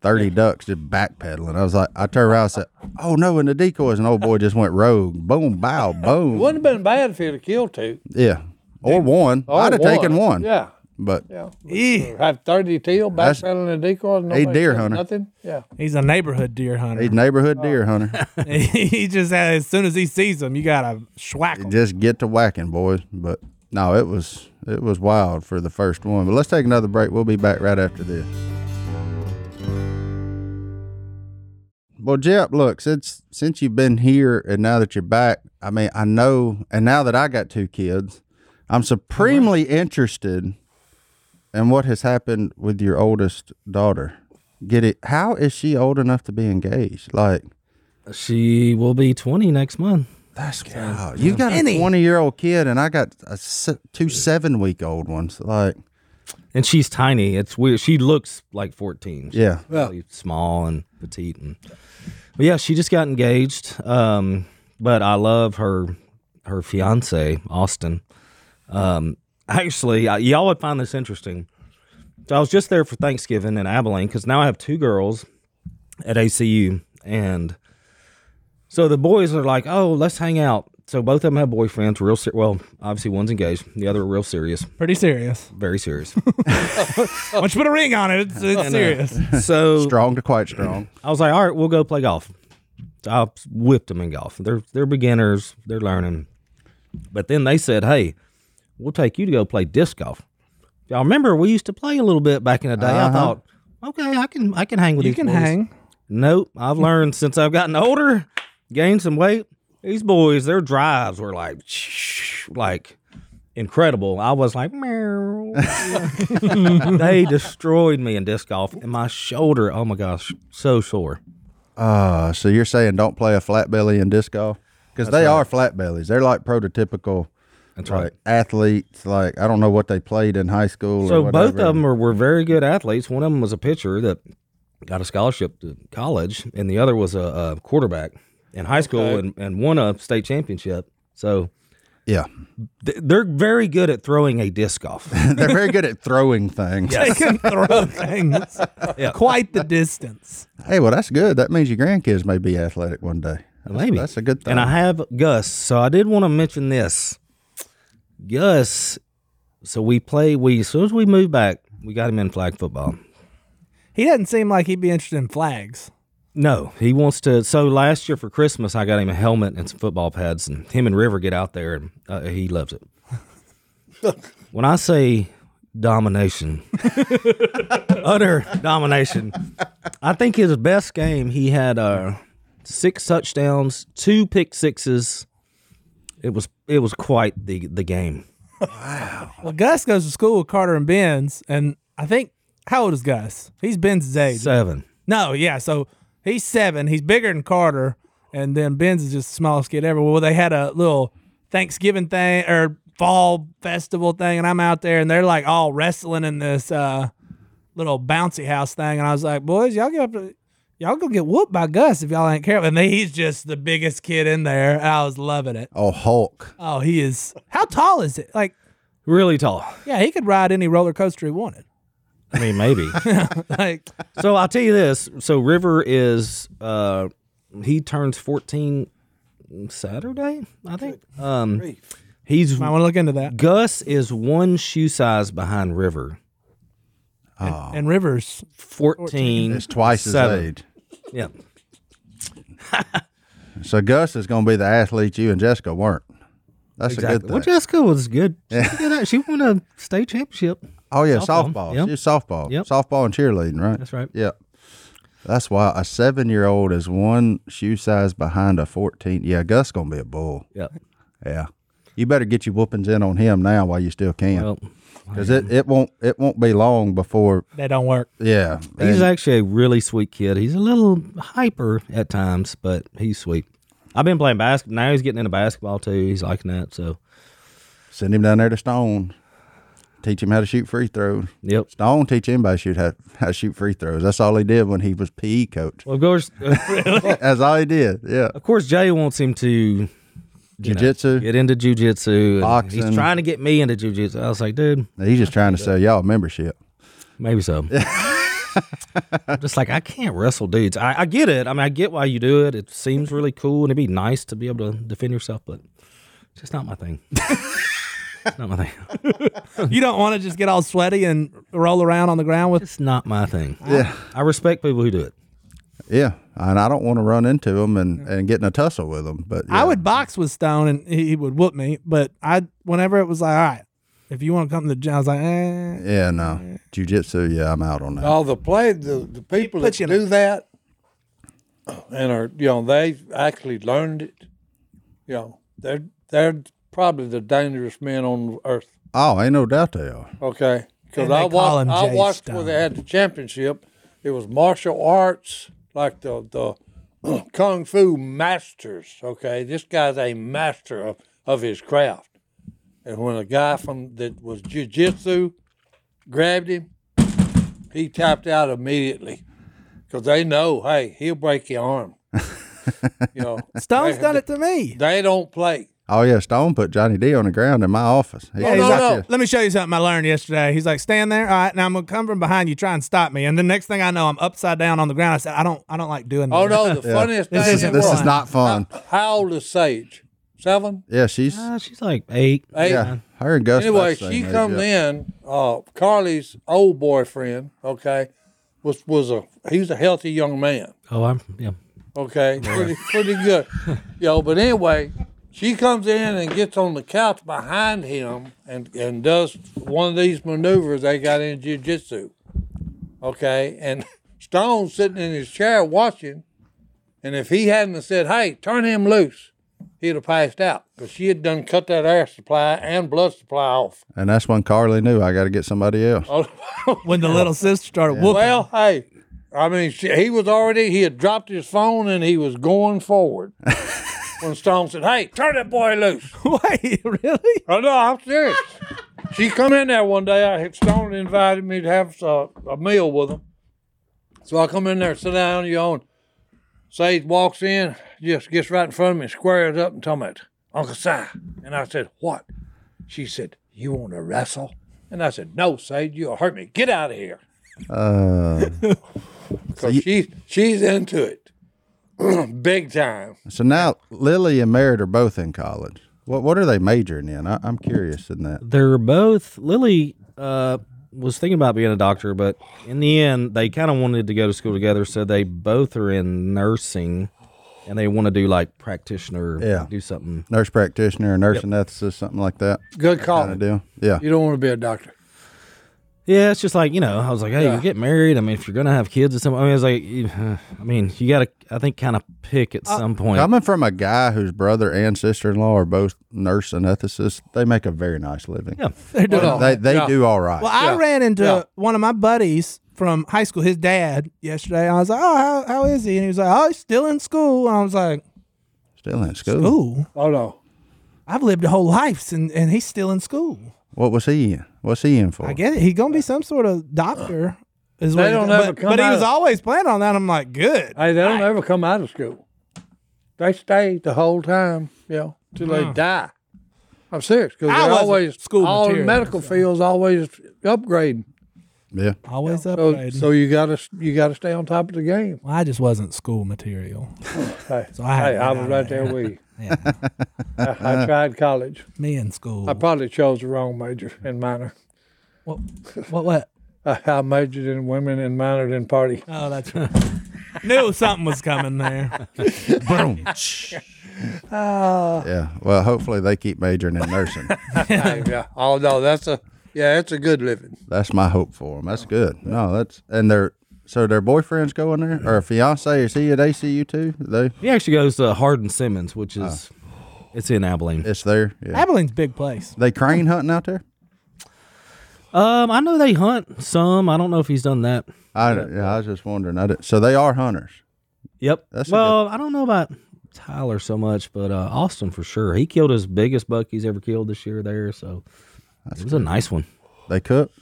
Speaker 1: Thirty ducks just backpedaling. I was like, I turned around, and said, "Oh no!" And the decoys, and old boy just went rogue. Boom, bow, boom.
Speaker 3: wouldn't have been bad if he'd have killed two.
Speaker 1: Yeah, or one.
Speaker 3: or
Speaker 1: I'd have taken one.
Speaker 3: Yeah,
Speaker 1: But
Speaker 3: yeah. Or Have thirty teal
Speaker 1: That's-
Speaker 3: backpedaling in the decoy. and nobody
Speaker 1: deer
Speaker 3: said
Speaker 1: hunter.
Speaker 3: Nothing. Yeah.
Speaker 5: He's a neighborhood deer hunter.
Speaker 1: he's neighborhood
Speaker 3: Oh.
Speaker 1: deer hunter.
Speaker 5: he just as soon as he sees them, you gotta schwack him.
Speaker 1: Just get to whacking, boys. But no, it was it was wild for the first one. But let's take another break. We'll be back right after this. Well, Jep, look, since since you've been here and now that you're back, I mean, I know, and now that I got two kids, I'm supremely interested in what has happened with your oldest daughter. Get it? How is she old enough to be engaged? Like,
Speaker 4: She will be 20 next month.
Speaker 1: That's wow. You got a twenty-year-old kid, and I got a se- two seven-week-old ones. Like,
Speaker 4: And she's tiny. It's weird. She looks like 14. She's
Speaker 1: yeah,
Speaker 4: really small and petite. And, but yeah, she just got engaged. Um, but I love her, her fiance, Austin. Um, actually, I, y'all would find this interesting. So I was just there for Thanksgiving in Abilene because now I have two girls at ACU. And so the boys are like, oh, let's hang out. So both of them have boyfriends, real ser- well, obviously one's engaged, the other real serious,
Speaker 5: Pretty serious.
Speaker 4: very serious.
Speaker 5: Once you put a ring on it, it's, it's serious.
Speaker 4: so
Speaker 1: strong to quite strong.
Speaker 4: I was like, all right, we'll go play golf. So I whipped them in golf. They're they're beginners. They're learning. But then they said, hey, we'll take you to go play disc golf. Y'all remember we used to play a little bit back in the day. I thought, okay, I can I can hang with
Speaker 5: Uh-huh. You
Speaker 4: these
Speaker 5: can
Speaker 4: boys.
Speaker 5: hang.
Speaker 4: Nope. I've learned since I've gotten older, gained some weight. These boys, their drives were like, like incredible. I was like, meow. they destroyed me in disc golf, and my shoulder, oh my gosh, so sore.
Speaker 1: Uh, so you're saying don't play a flat belly in disc golf because they are flat bellies. They're like prototypical.
Speaker 4: That's
Speaker 1: like, athletes. Like I don't know what they played in high school. or
Speaker 4: So both of
Speaker 1: whatever.
Speaker 4: them were, were very good athletes. One of them was a pitcher that got a scholarship to college, and the other was a, a quarterback in high school and, and won a state championship. So
Speaker 1: Yeah.
Speaker 4: Th- They're very good at throwing a disc off.
Speaker 1: They're very good at throwing things.
Speaker 5: They can throw things
Speaker 4: Yeah.
Speaker 5: quite the distance.
Speaker 1: Hey, well, that's good. That means your grandkids may be athletic one day. That's,
Speaker 4: Maybe.
Speaker 1: That's a good thing.
Speaker 4: And I have Gus, so I did want to mention this. Gus, so we play. We as soon as we moved back, we got him in flag football.
Speaker 5: He doesn't seem like he'd be interested in flags.
Speaker 4: No, he wants to. So last year for Christmas, I got him a helmet and some football pads, and him and River get out there, and uh, he loves it. when I say domination, utter domination, I think his best game, he had uh, six touchdowns, two pick sixes. It was it was quite the the game.
Speaker 5: Well, Gus goes to school with Carter and Ben's, and I think how old is Gus? He's Ben's age.
Speaker 4: Seven.
Speaker 5: No, yeah. So he's seven. He's bigger than Carter, and then Ben's is just the smallest kid ever. Well, they had a little Thanksgiving thing or fall festival thing, and I'm out there, and they're like all wrestling in this uh, little bouncy house thing, and I was like, boys, y'all get up. To- Y'all gonna get whooped by Gus if y'all ain't careful. And then he's just the biggest kid in there. and I was loving it.
Speaker 1: oh, Hulk.
Speaker 5: Oh, he is. How tall is it? Like,
Speaker 4: Really tall.
Speaker 5: yeah, he could ride any roller coaster he wanted.
Speaker 4: I mean, maybe.
Speaker 5: Like,
Speaker 4: so I'll tell you this. So River is uh he turns 14 Saturday, I think. Um he's
Speaker 5: I want to look into that.
Speaker 4: Gus is one shoe size behind River.
Speaker 5: And Rivers,
Speaker 4: 14.
Speaker 1: It's twice his
Speaker 4: seven.
Speaker 1: age.
Speaker 4: Yeah.
Speaker 1: So Gus is going to be the athlete you and Jessica weren't. That's a good
Speaker 4: Exactly.
Speaker 1: thing.
Speaker 4: Well, Jessica was good. She, did that. she won a state championship.
Speaker 1: oh yeah,
Speaker 4: Softball.
Speaker 1: softball.
Speaker 4: Yep.
Speaker 1: She was softball.
Speaker 4: Yep.
Speaker 1: Softball and cheerleading, right?
Speaker 4: That's right.
Speaker 1: Yep. That's why a seven-year-old is one shoe size behind a fourteen. Yeah, Gus gonna be a bull.
Speaker 4: Yeah.
Speaker 1: Yeah, you better get your whoopings in on him now while you still can,
Speaker 4: Well,
Speaker 1: because it, it won't it won't be long before.
Speaker 5: they don't work.
Speaker 1: Yeah,
Speaker 4: he's
Speaker 1: and-
Speaker 4: actually a really sweet kid. He's a little hyper at times, but he's sweet. I've been playing basketball. Now he's getting into basketball too. He's liking that. So,
Speaker 1: Send him down there to Stone. Teach him how to shoot free throws.
Speaker 4: yep.
Speaker 1: Stone teach anybody shoot how, how to shoot free throws. That's all he did when he was PE coach.
Speaker 4: Well, of course,
Speaker 1: That's all he did. Yeah.
Speaker 4: Of course, Jay wants him to
Speaker 1: Jiu-jitsu.
Speaker 4: get into jujitsu. and
Speaker 1: Boxing.
Speaker 4: He's trying to get me into jujitsu. I was like, dude,
Speaker 1: He's just trying to sell y'all membership.
Speaker 4: maybe so. I'm just like, I can't wrestle dudes. I, I get it. I mean, I get why you do it. It seems really cool and it'd be nice to be able to defend yourself, but it's just not my thing. it's not my thing.
Speaker 5: You don't want to just get all sweaty and roll around on the ground with.
Speaker 4: It's not my thing.
Speaker 1: Yeah.
Speaker 4: I respect people who do it.
Speaker 1: Yeah. And I don't want to run into them and, and get in a tussle with them. But yeah.
Speaker 5: I would box with Stone and he he would whoop me, but I whenever it was like, all right, if you want to come to the gym, I was like, eh.
Speaker 1: Yeah, no. Jiu-jitsu, yeah, I'm out on that.
Speaker 3: All the play, the, the people that
Speaker 5: Put you in a-
Speaker 3: do that, and are you know they actually learned it. You know they're they're probably the dangerous men on earth.
Speaker 1: Oh, ain't no doubt they are.
Speaker 3: Okay, because
Speaker 5: And they
Speaker 3: I
Speaker 5: call him
Speaker 3: watched I
Speaker 5: Jay
Speaker 3: watched
Speaker 5: Stone.
Speaker 3: where they had the championship. It was martial arts, like the the kung fu masters. Okay, this guy's a master of of his craft. And when a guy from that was jujitsu grabbed him, he tapped out immediately because they know, hey, he'll break your arm. you know,
Speaker 5: Stone's
Speaker 3: they-
Speaker 5: done it to me.
Speaker 3: They don't play.
Speaker 1: Oh, yeah, Stone put Johnny D on the ground in my office. He
Speaker 3: Oh, no,
Speaker 1: got
Speaker 3: no.
Speaker 1: you.
Speaker 5: Let me show you something I learned yesterday. He's like, stand there, all right. Now I'm gonna come from behind you, try and stop me. And the next thing I know, I'm upside down on the ground. I said, I don't, I don't like doing that.
Speaker 3: Oh no, the funniest
Speaker 5: This
Speaker 3: thing
Speaker 5: isn't-
Speaker 3: in the
Speaker 1: This
Speaker 3: world.
Speaker 1: is not fun.
Speaker 3: How old is Sage? Seven?
Speaker 1: Yeah, she's,
Speaker 4: Uh, she's like eight.
Speaker 3: Eight?
Speaker 1: yeah, her and Gus.
Speaker 3: Anyway,
Speaker 1: about the same
Speaker 3: she
Speaker 1: age,
Speaker 3: comes
Speaker 1: yeah.
Speaker 3: in. Uh, Carly's old boyfriend, okay, was was a he was a healthy young man,
Speaker 4: Oh, I'm, yeah.
Speaker 3: okay, pretty pretty good, yo. But anyway, she comes in and gets on the couch behind him and and does one of these maneuvers they got in jujitsu, okay. And Stone's sitting in his chair watching, and if he hadn't have said, "Hey, turn him loose," he'd have passed out because she had done cut that air supply and blood supply off.
Speaker 1: And that's when Carly knew I got to get somebody else.
Speaker 5: When the little sister started whooping,
Speaker 3: Well, hey, I mean, she, he was already, he had dropped his phone and he was going forward. when Stone said, hey, turn that boy loose.
Speaker 5: wait, really?
Speaker 3: Oh, no, I'm serious. she come in there one day. I had Stone invited me to have a, a meal with him. So I come in there, sit down, you know, and Sage walks in, just gets right in front of me, squares up and tell me, Uncle Si. And I said, What? She said, You want to wrestle? And I said, No, Sage, you'll hurt me. Get out of here.
Speaker 1: Uh,
Speaker 3: So she, she's into it big time.
Speaker 1: so now Lily and Merritt are both in college. What what are they majoring in? I, I'm curious in that.
Speaker 4: They're both. Lily uh, was thinking about being a doctor, but in the end, they kind of wanted to go to school together, so they both are in nursing, and they want to do like practitioner,
Speaker 1: Yeah.
Speaker 4: do something.
Speaker 1: Nurse practitioner, or nursing ethicist, something like that.
Speaker 3: Good call.
Speaker 1: Kind of deal. Yeah.
Speaker 3: You don't want to be a doctor.
Speaker 4: Yeah, it's just like you know, I was like, hey, you get married. I mean, if you're gonna have kids or something, I mean, it's like, you- I mean, you gotta, I think, kind of pick at some point.
Speaker 1: Coming from a guy whose brother and sister in law are both nurse anestheticists, they make a very nice living.
Speaker 4: Yeah.
Speaker 5: They're doing
Speaker 3: Well,
Speaker 1: They they
Speaker 3: Yeah.
Speaker 1: do all right.
Speaker 5: Oh, Well, I ran into one of my buddies from high school, his dad, yesterday. I was like, "Oh, how, how is he?" And he was like, "Oh, he's still in school." And I was like,
Speaker 1: Still in school.
Speaker 5: "Ooh,
Speaker 3: Oh, no.
Speaker 5: I've lived a whole life, and and he's still in school.
Speaker 1: What was he in? What's he in for?
Speaker 5: I get it. He's gonna be some sort of doctor." Is what
Speaker 3: They
Speaker 5: he
Speaker 3: don't
Speaker 5: thought.
Speaker 3: ever
Speaker 5: but,
Speaker 3: come
Speaker 5: but he
Speaker 3: out
Speaker 5: was
Speaker 3: of-
Speaker 5: always planning on that. I'm like, "Good."
Speaker 3: Hey, they don't ever come out of school. They stay the whole time, you know, till they die. I'm serious because
Speaker 5: I
Speaker 3: they're
Speaker 5: wasn't
Speaker 3: always
Speaker 5: school
Speaker 3: All the
Speaker 5: material,
Speaker 3: medical
Speaker 5: so.
Speaker 3: fields always upgrading.
Speaker 1: Yeah.
Speaker 5: Always
Speaker 3: So,
Speaker 5: upgrading.
Speaker 3: so you gotta you gotta stay on top of the game.
Speaker 5: well, I just wasn't school material.
Speaker 3: Hey,
Speaker 5: So I had
Speaker 3: hey,
Speaker 5: to
Speaker 3: I
Speaker 5: get
Speaker 3: was
Speaker 5: out
Speaker 3: right
Speaker 5: of
Speaker 3: there with you.
Speaker 5: Yeah,
Speaker 3: I, I tried college.
Speaker 5: me in school.
Speaker 3: I probably chose the wrong major and minor.
Speaker 5: what, what? What?
Speaker 3: I, I majored in women and minored in party.
Speaker 5: Oh, that's right. Knew something was coming there.
Speaker 1: Boom.
Speaker 5: uh,
Speaker 1: yeah. Well, hopefully they keep majoring in nursing.
Speaker 3: Hey, yeah. Oh no, that's a yeah, it's a good living.
Speaker 1: That's my hope for them. That's good. No, that's and their so their boyfriend's going there or fiance is he at ACU too? They
Speaker 4: he actually goes to Hardin Simmons, which is, it's in Abilene.
Speaker 1: it's there. Yeah.
Speaker 5: Abilene's a big place.
Speaker 1: They crane hunting out there.
Speaker 4: Um, I know they hunt some. I don't know if he's done that.
Speaker 1: I yeah, I was just wondering. I did, so they are hunters.
Speaker 4: Yep.
Speaker 1: That's a
Speaker 4: well, I don't know about Tyler so much, but uh, Austin for sure. He killed his biggest buck he's ever killed this year there, so it was a nice one.
Speaker 1: They cook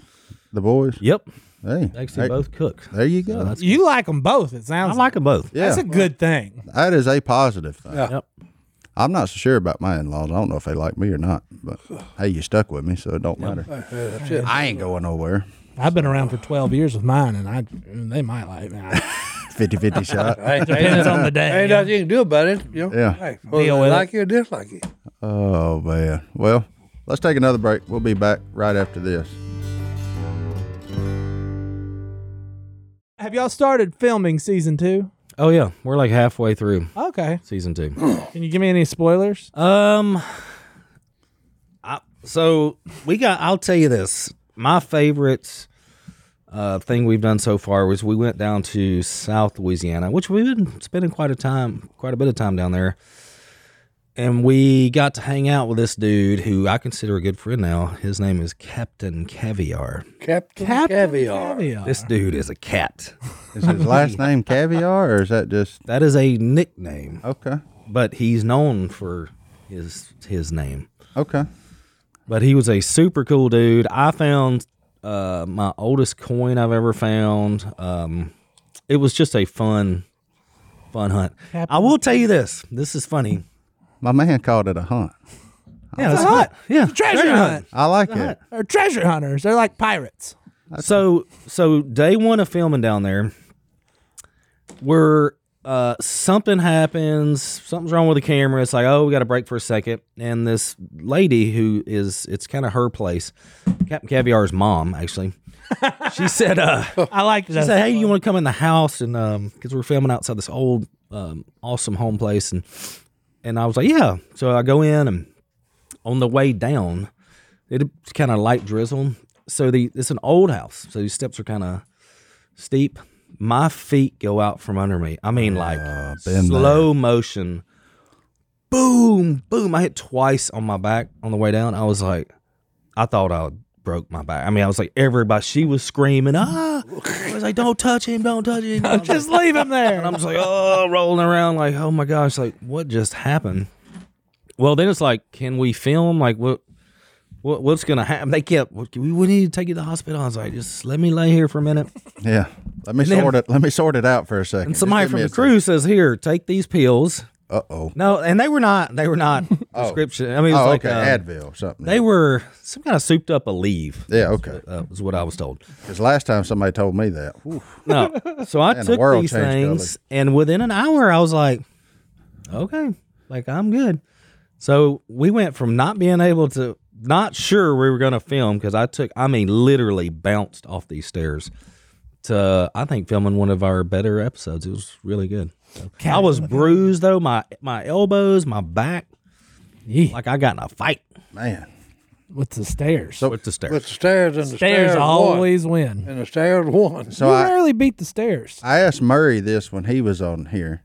Speaker 1: the boys.
Speaker 4: Yep.
Speaker 1: Hey,
Speaker 4: Thanks
Speaker 1: hey,
Speaker 4: to both cook.
Speaker 1: There you go.
Speaker 4: that's-
Speaker 5: You like them both. It
Speaker 4: I
Speaker 5: sounds.
Speaker 4: like them both.
Speaker 1: yeah,
Speaker 5: That's a good thing.
Speaker 1: that is a positive thing.
Speaker 3: Yeah.
Speaker 4: Yep.
Speaker 1: I'm not so sure about my in-laws. I don't know if they like me or not. But hey, you stuck with me, so it don't matter. I ain't going nowhere.
Speaker 5: I've been around for 12 years with mine, and I they might like me.
Speaker 1: 50-50 shot.
Speaker 3: Hey, ain't
Speaker 5: Depends
Speaker 3: nothing-
Speaker 5: on the day.
Speaker 3: Ain't nothing you can do about it. You know?
Speaker 1: Yeah.
Speaker 3: Hey, whether they
Speaker 5: Deal with it.
Speaker 3: like you or dislike you.
Speaker 1: Oh man. Well, let's take another break. We'll be back right after this.
Speaker 5: Have y'all started filming season two?
Speaker 4: Oh yeah, we're like halfway through
Speaker 5: Okay.
Speaker 4: season two.
Speaker 5: Can you give me any spoilers?
Speaker 4: Um, I, so we got. I'll tell you this. My favorite uh, thing we've done so far was we went down to South Louisiana, which we've been spending quite a time, quite a bit of time down there. And we got to hang out with this dude who I consider a good friend now. His name is Captain Caviar.
Speaker 3: Captain, Caviar.
Speaker 4: This dude is a cat.
Speaker 1: Is his last name caviar, or is that just
Speaker 4: That is a nickname,
Speaker 1: okay?
Speaker 4: but he's known for his his name.
Speaker 1: Okay.
Speaker 4: but he was a super cool dude. I found uh, my oldest coin I've ever found. Um, it was just a fun, fun hunt. I will tell you this. This is funny.
Speaker 1: My man called it a hunt.
Speaker 4: Yeah, it's hot. Yeah,
Speaker 5: Treasure hunt.
Speaker 1: I like it.
Speaker 5: Or treasure hunters. They're like pirates.
Speaker 4: So so day one of filming down there, where uh, something happens, something's wrong with the camera. It's like, oh, we got to break for a second. And this lady who is, it's kind of her place, Captain Caviar's mom actually. she said, uh,
Speaker 5: I like
Speaker 4: She
Speaker 5: that.
Speaker 4: said, "Hey, you want to come in the house and um, because we're filming outside this old um, awesome home place and and I was like, yeah. So I go in and on the way down, it's kind of light drizzle. So the it's an old house, so these steps are kind of steep. My feet go out from under me. I mean, like
Speaker 1: been
Speaker 4: slow motion. Boom, boom. I hit twice on my back on the way down. I was like, I thought I broke my back. I mean, I was like, everybody, she was screaming, ah. I was like, don't touch him, don't touch him. I was like,
Speaker 5: Just leave him there.
Speaker 4: I'm just like, oh, rolling around, like, oh my gosh, like, what just happened? Well, then it's like, can we film? Like, what, what what's gonna happen? They kept, we, we need to take you to the hospital. I was like, just let me lay here for a minute.
Speaker 1: Yeah. Let me sort it. Let me sort it out for a second.
Speaker 4: And somebody
Speaker 1: Just give
Speaker 4: from
Speaker 1: me
Speaker 4: the
Speaker 1: a second.
Speaker 4: crew says, here, take these pills.
Speaker 1: Uh oh.
Speaker 4: No, and they were not. They were not prescription. I mean, it was
Speaker 1: Oh,
Speaker 4: like
Speaker 1: okay.
Speaker 4: uh,
Speaker 1: Advil or something.
Speaker 4: they were some kind of souped up Aleve.
Speaker 1: yeah, okay.
Speaker 4: Uh, was what I was told.
Speaker 1: Because last time somebody told me that.
Speaker 4: No, so I
Speaker 1: Man, the
Speaker 4: took
Speaker 1: world
Speaker 4: these
Speaker 1: changed,
Speaker 4: things, and within an hour, I was like, okay, like I'm good. So we went from not being able to, not sure we were going to film because I took, I mean, literally bounced off these stairs to, I think, filming one of our better episodes. It was really good. So, I was bruised though, my my elbows, my back,
Speaker 2: Yeah.
Speaker 4: like I got in a fight
Speaker 1: Man.
Speaker 2: What's the stairs?
Speaker 4: with the stairs.
Speaker 3: With the stairs and the
Speaker 2: stairs,
Speaker 3: stairs won.
Speaker 2: always win.
Speaker 3: and the stairs won.
Speaker 1: So
Speaker 2: you
Speaker 1: I,
Speaker 2: rarely beat the stairs.
Speaker 1: I asked Murray this when he was on here.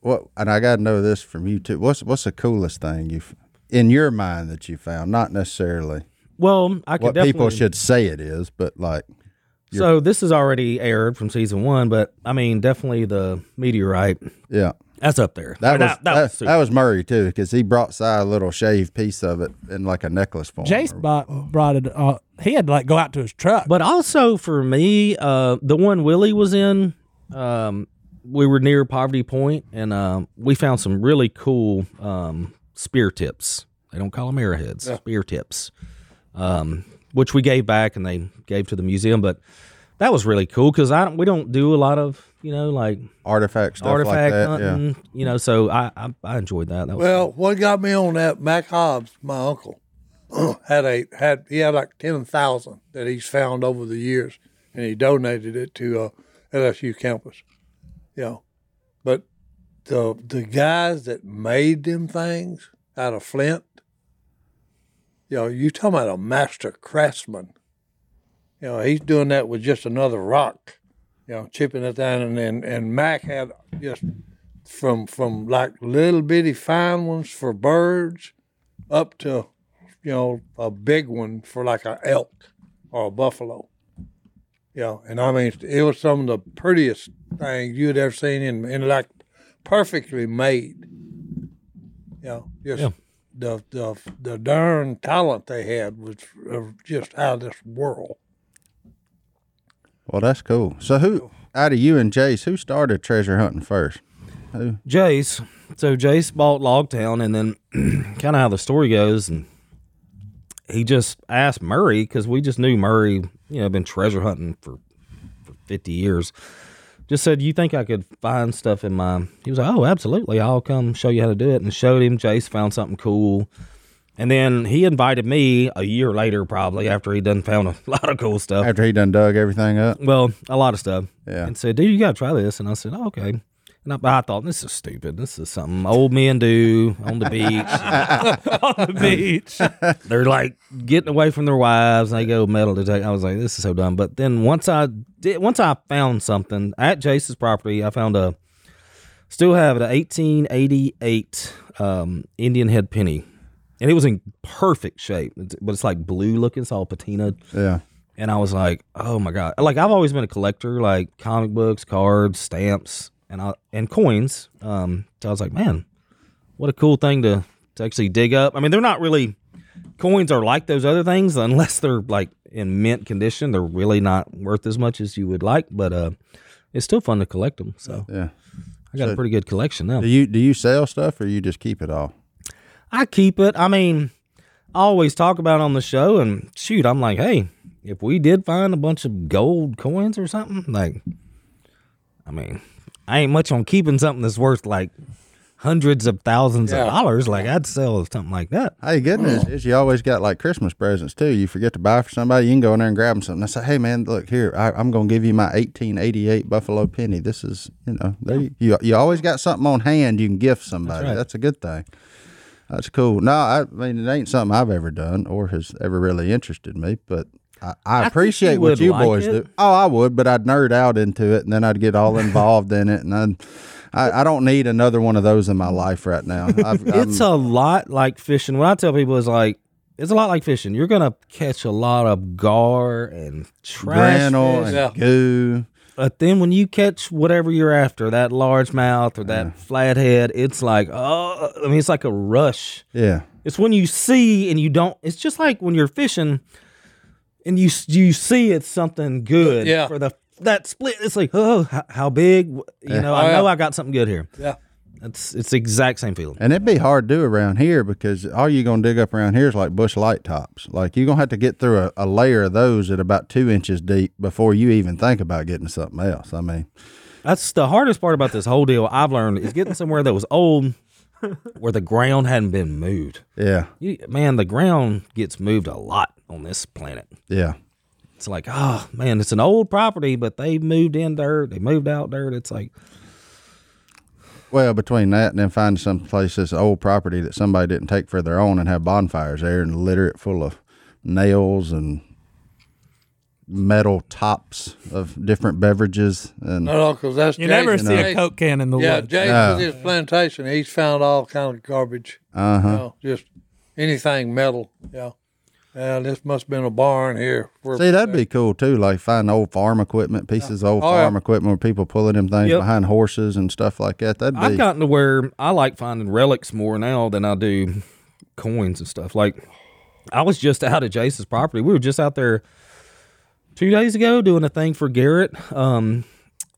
Speaker 1: What and I got to know this from you too. What's what's the coolest thing you have in your mind that you found? Not necessarily
Speaker 4: well, I could
Speaker 1: what
Speaker 4: definitely,
Speaker 1: people should say it is, but like
Speaker 4: So this is already aired from season one, but I mean, definitely the meteorite
Speaker 1: yeah,
Speaker 4: That's up there.
Speaker 1: that
Speaker 4: Or
Speaker 1: was
Speaker 4: that, was
Speaker 1: that,
Speaker 4: super.
Speaker 1: that was Murray too because he brought Si a little shaved piece of it in like a necklace form.
Speaker 2: Jace bought, brought it. Uh, he had to like go out to his truck.
Speaker 4: But also for me, uh, the one Willie was in, um, we were near Poverty Point, and um, we found some really cool um, spear tips. They don't call them arrowheads, spear tips, um, which we gave back and they gave to the museum. But that was really cool because I don't, we don't do a lot of you know like
Speaker 1: artifact stuff like
Speaker 4: artifact
Speaker 1: that.
Speaker 4: hunting, you know. So I, I I enjoyed that. that was
Speaker 3: Well, what got me on that, Mac Hobbs, my uncle, had a had he had like ten thousand that he's found over the years, and he donated it to uh, LSU campus. You know, but the the guys that made them things out of flint, you know, you talking about a master craftsman. You know, he's doing that with just another rock. You know, chipping it down, and and, and Mac had just from from like little bitty fine ones for birds up to you know a big one for like an elk or a buffalo you know and i mean it was some of the prettiest things you'd ever seen in, in like perfectly made you know just
Speaker 4: Yeah.
Speaker 3: the, the the darn talent they had was uh, just out of this world
Speaker 1: Well, that's cool. So who out of you and Jace who started treasure hunting first?
Speaker 4: Jace. So Jace bought Logtown, and then kind of how the story goes, and he just asked Murray because we just knew Murray, you know, been treasure hunting for for fifty years. Just said, "You think I could find stuff in my?" He was like, "Oh, absolutely! I'll come show you how to do it." And showed him. Jace found something cool, and then he invited me a year later, probably after he done found a lot of cool stuff.
Speaker 1: After he done dug everything up.
Speaker 4: Well, a lot of stuff.
Speaker 1: Yeah.
Speaker 4: And said, dude, you gotta try this. And I said, oh, okay. And I, but I thought this is stupid. This is something old men do on the beach.
Speaker 2: on the beach.
Speaker 4: They're like getting away from their wives, and they go metal detect. I was like, this is so dumb. But then once I did, once I found something at Jace's property, I found a still have it, a 1888 um, Indian head penny, and it was in perfect shape, It's- but it's like blue looking. It's all patinaed.
Speaker 1: Yeah.
Speaker 4: And I was like, oh my God. Like I've always been a collector, like comic books, cards, stamps, and I and coins. Um, so I was like, man, what a cool thing to to actually dig up. I mean, they're not really coins are like those other things unless they're like in mint condition. They're really not worth as much as you would like, but uh it's still fun to collect them. So
Speaker 1: Yeah.
Speaker 4: I got a pretty good collection now.
Speaker 1: Do you do you sell stuff or you just keep it all?
Speaker 4: I keep it. I mean, I always talk about it on the show, and shoot, I'm like, hey, if we did find a bunch of gold coins or something, like, I mean, I ain't much on keeping something that's worth like hundreds of thousands of dollars. Like, I'd sell something like that.
Speaker 1: Hey, good news is you always got like Christmas presents too. You forget to buy for somebody, you can go in there and grab them something. I say, hey man, look here, I, I'm gonna give you my 1888 Buffalo Penny. This is, you know, there you, you you always got something on hand you can gift somebody. That's,
Speaker 4: right.
Speaker 1: a good thing. That's cool. No, I mean it ain't something I've ever done or has ever really interested me, but. I, I,
Speaker 4: you
Speaker 1: appreciate what
Speaker 4: would
Speaker 1: you
Speaker 4: like
Speaker 1: boys
Speaker 4: it.
Speaker 1: do. Oh, I would, but I'd nerd out into it, and then I'd get all involved in it, and I'd, I, I don't need another one of those in my life right now. I've, I'm-
Speaker 4: It's a lot like fishing. What I tell people is like, it's a lot like fishing. You're gonna catch a lot of gar and trash
Speaker 1: Granule and
Speaker 4: fish.
Speaker 1: goo.
Speaker 4: But then when you catch whatever you're after, that largemouth or that flathead, it's like, oh, I mean, it's like a rush.
Speaker 1: Yeah.
Speaker 4: It's when you see and you don't. It's just like when you're fishing and you you see it's something good.
Speaker 3: Yeah.
Speaker 4: For the that split, it's like, oh, how, how big? You know, I
Speaker 3: Oh,
Speaker 4: know
Speaker 3: yeah.
Speaker 4: I got something good here.
Speaker 3: yeah
Speaker 4: It's it's the exact same feeling.
Speaker 1: And it'd be hard to do around here because all you're gonna dig up around here is like bush light tops. Like you're gonna have to get through a, a layer of those at about two inches deep before you even think about getting something else. I mean,
Speaker 4: That's the hardest part about this whole deal. I've learned is getting somewhere that was old, where the ground hadn't been moved.
Speaker 1: yeah,
Speaker 4: You, man, the ground gets moved a lot on this planet.
Speaker 1: yeah.
Speaker 4: It's like, oh man, it's an old property, but they moved in dirt, they moved out dirt. It's like,
Speaker 1: Well, between that and then finding some place that's old property that somebody didn't take for their own and have bonfires there and litter it full of nails and metal tops of different beverages and
Speaker 3: No, because that's
Speaker 5: You never
Speaker 3: Jason.
Speaker 5: see
Speaker 3: Jay-
Speaker 5: a Coke can in the
Speaker 3: Yeah,
Speaker 5: woods.
Speaker 3: Jay
Speaker 1: No.
Speaker 3: with his plantation, he's found all kind of garbage.
Speaker 1: uh
Speaker 3: You
Speaker 1: huh.
Speaker 3: know, just anything metal. Yeah. And this must have been a barn here. Where,
Speaker 1: See, that'd be cool too. Like find old farm equipment, pieces of old
Speaker 3: Oh, yeah.
Speaker 1: farm equipment where people pulling them things
Speaker 4: Yep.
Speaker 1: behind horses and stuff like that. That'd be
Speaker 4: I've gotten to where I like finding relics more now than I do coins and stuff. Like I was just out at Jason's property. We were just out there two days ago doing a thing for Garrett, um,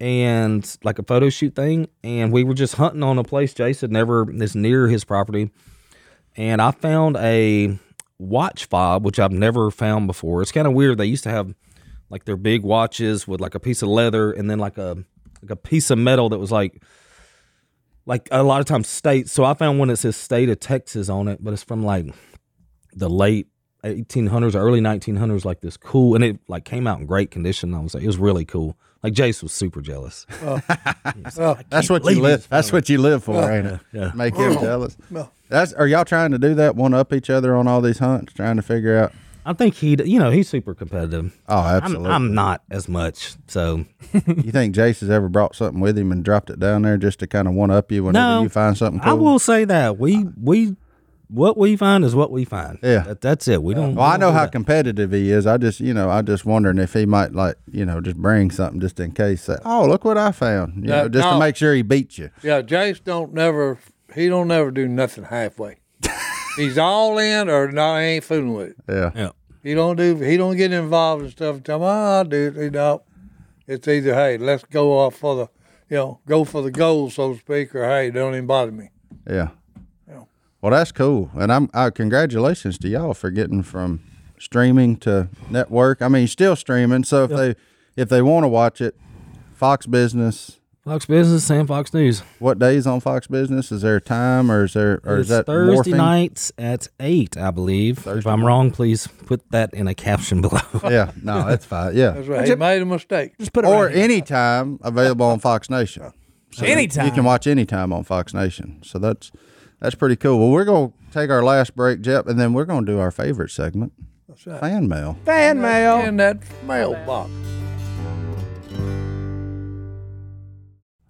Speaker 4: and like a photo shoot thing. And we were just hunting on a place Jason never is near his property. And I found a watch fob, which I've never found before. It's kind of weird. They used to have like their big watches with like a piece of leather and then like a like a piece of metal that was like like a lot of times state. So I found one that says state of Texas on it, but it's from like the late 1800s, early 1900s, like this cool, and it like came out in great condition. I was like, it was really cool. Like Jace was super jealous.
Speaker 1: that's what you live. That's what you live for, ain't it?
Speaker 4: yeah.
Speaker 1: Make him jealous. That's are y'all trying to do that? One up each other on all these hunts, trying to figure out.
Speaker 4: I think he, you know, he's super competitive.
Speaker 1: Oh,
Speaker 4: I'm,
Speaker 1: absolutely.
Speaker 4: I'm not as much. So
Speaker 1: You think Jace has ever brought something with him and dropped it down there just to kind of one up you whenever
Speaker 4: No.
Speaker 1: you find something cool?
Speaker 4: I will say that we we what we find is what we find.
Speaker 1: Yeah.
Speaker 4: That- that's it. We don't.
Speaker 1: Well, I
Speaker 4: we
Speaker 1: know
Speaker 4: don't do
Speaker 1: how
Speaker 4: that.
Speaker 1: competitive he is. I just, you know, I just wondering if he might like, you know, just bring something just in case. That, oh, look what I found! You
Speaker 3: No,
Speaker 1: know, just
Speaker 3: no.
Speaker 1: to make sure he beats you.
Speaker 3: Yeah, Jace don't never, he don't never do nothing halfway. he's all in or no, he ain't fooling with it.
Speaker 1: Yeah.
Speaker 4: Yeah.
Speaker 3: He don't do. He don't get involved in stuff. And tell him, oh, I'll do it. You know, it's either hey, let's go off for the, you know, go for the goal, so to speak, or hey, don't even bother me.
Speaker 1: Yeah. Well, that's cool, and I'm uh, congratulations to y'all for getting from streaming to network. I mean, still streaming. So if they if they want to watch it, Fox Business.
Speaker 4: Fox Business and Fox News.
Speaker 1: What days on Fox Business is there a time, or is there, or
Speaker 4: it's
Speaker 1: is that
Speaker 4: Thursday
Speaker 1: morphing?
Speaker 4: nights at eight, I believe. if I'm wrong, please put that in a caption below.
Speaker 1: Yeah, no, that's fine. Yeah,
Speaker 3: That's right. He made a mistake.
Speaker 5: Just put it
Speaker 1: or
Speaker 5: right here.
Speaker 1: any time available on Fox Nation. So
Speaker 5: Anytime.
Speaker 1: you can watch anytime on Fox Nation. So that's that's pretty cool. Well, we're gonna take our last break, Jep, and then we're gonna do our favorite segment, fan mail.
Speaker 5: fan mail.
Speaker 3: In that mailbox.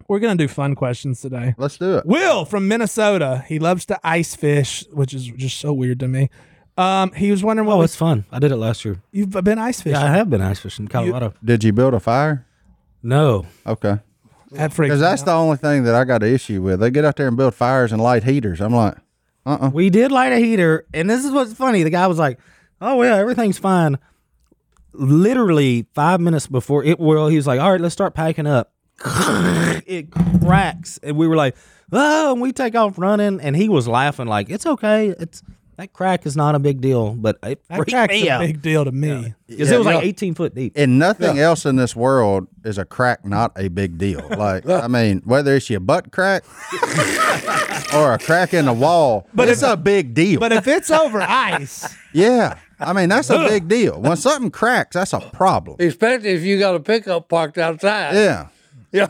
Speaker 5: We're gonna do fun questions today.
Speaker 1: Let's do it.
Speaker 5: Will from Minnesota. He loves to ice fish, which is just so weird to me. Um, he was wondering what
Speaker 4: oh,
Speaker 5: was
Speaker 4: it's fun. I did it last year.
Speaker 5: you've been ice fishing
Speaker 4: Yeah, I have been ice fishing in Colorado.
Speaker 1: Did you build a fire?
Speaker 4: no,
Speaker 1: Okay,
Speaker 5: at freaks.
Speaker 1: because
Speaker 5: me
Speaker 1: that's
Speaker 5: out.
Speaker 1: the only thing that I got an issue with. They get out there and build fires and light heaters. I'm like, uh, uh
Speaker 4: we did light a heater, and this is what's funny. The guy was like, "Oh yeah, everything's fine." Literally five minutes before it, well, he was like, "All right, let's start packing up." It cracks, and we were like, "Oh!" And we take off running, and he was laughing like, "It's okay. It's that crack is not a big deal." But it
Speaker 5: that
Speaker 4: freaked
Speaker 5: crack's
Speaker 4: me
Speaker 5: a
Speaker 4: out
Speaker 5: big deal to me.
Speaker 4: because it was like eighteen foot deep.
Speaker 1: And nothing else in this world is a crack not a big deal. Like, I mean, whether it's your butt crack or a crack in the wall, but it's a big deal.
Speaker 5: But if it's over ice,
Speaker 1: yeah. I mean, that's a big deal. When something cracks, that's a problem.
Speaker 3: Especially if you got a pickup parked outside.
Speaker 1: Yeah.
Speaker 3: Yeah.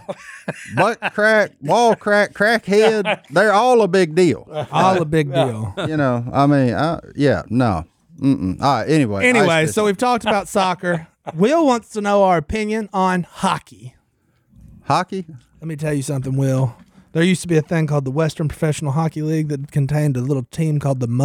Speaker 1: Butt crack, wall crack, crackhead, they're all a big deal.
Speaker 5: all a big deal.
Speaker 1: You know, I mean, I, yeah, no. Mm-mm. All right, anyway.
Speaker 5: Anyway,
Speaker 1: ice
Speaker 5: so we've talked about soccer. Will wants to know our opinion on hockey.
Speaker 1: fishing. hockey?
Speaker 5: Let me tell you something, Will. There used to be a thing called the Western Professional Hockey League that contained a little team called the
Speaker 1: Uh,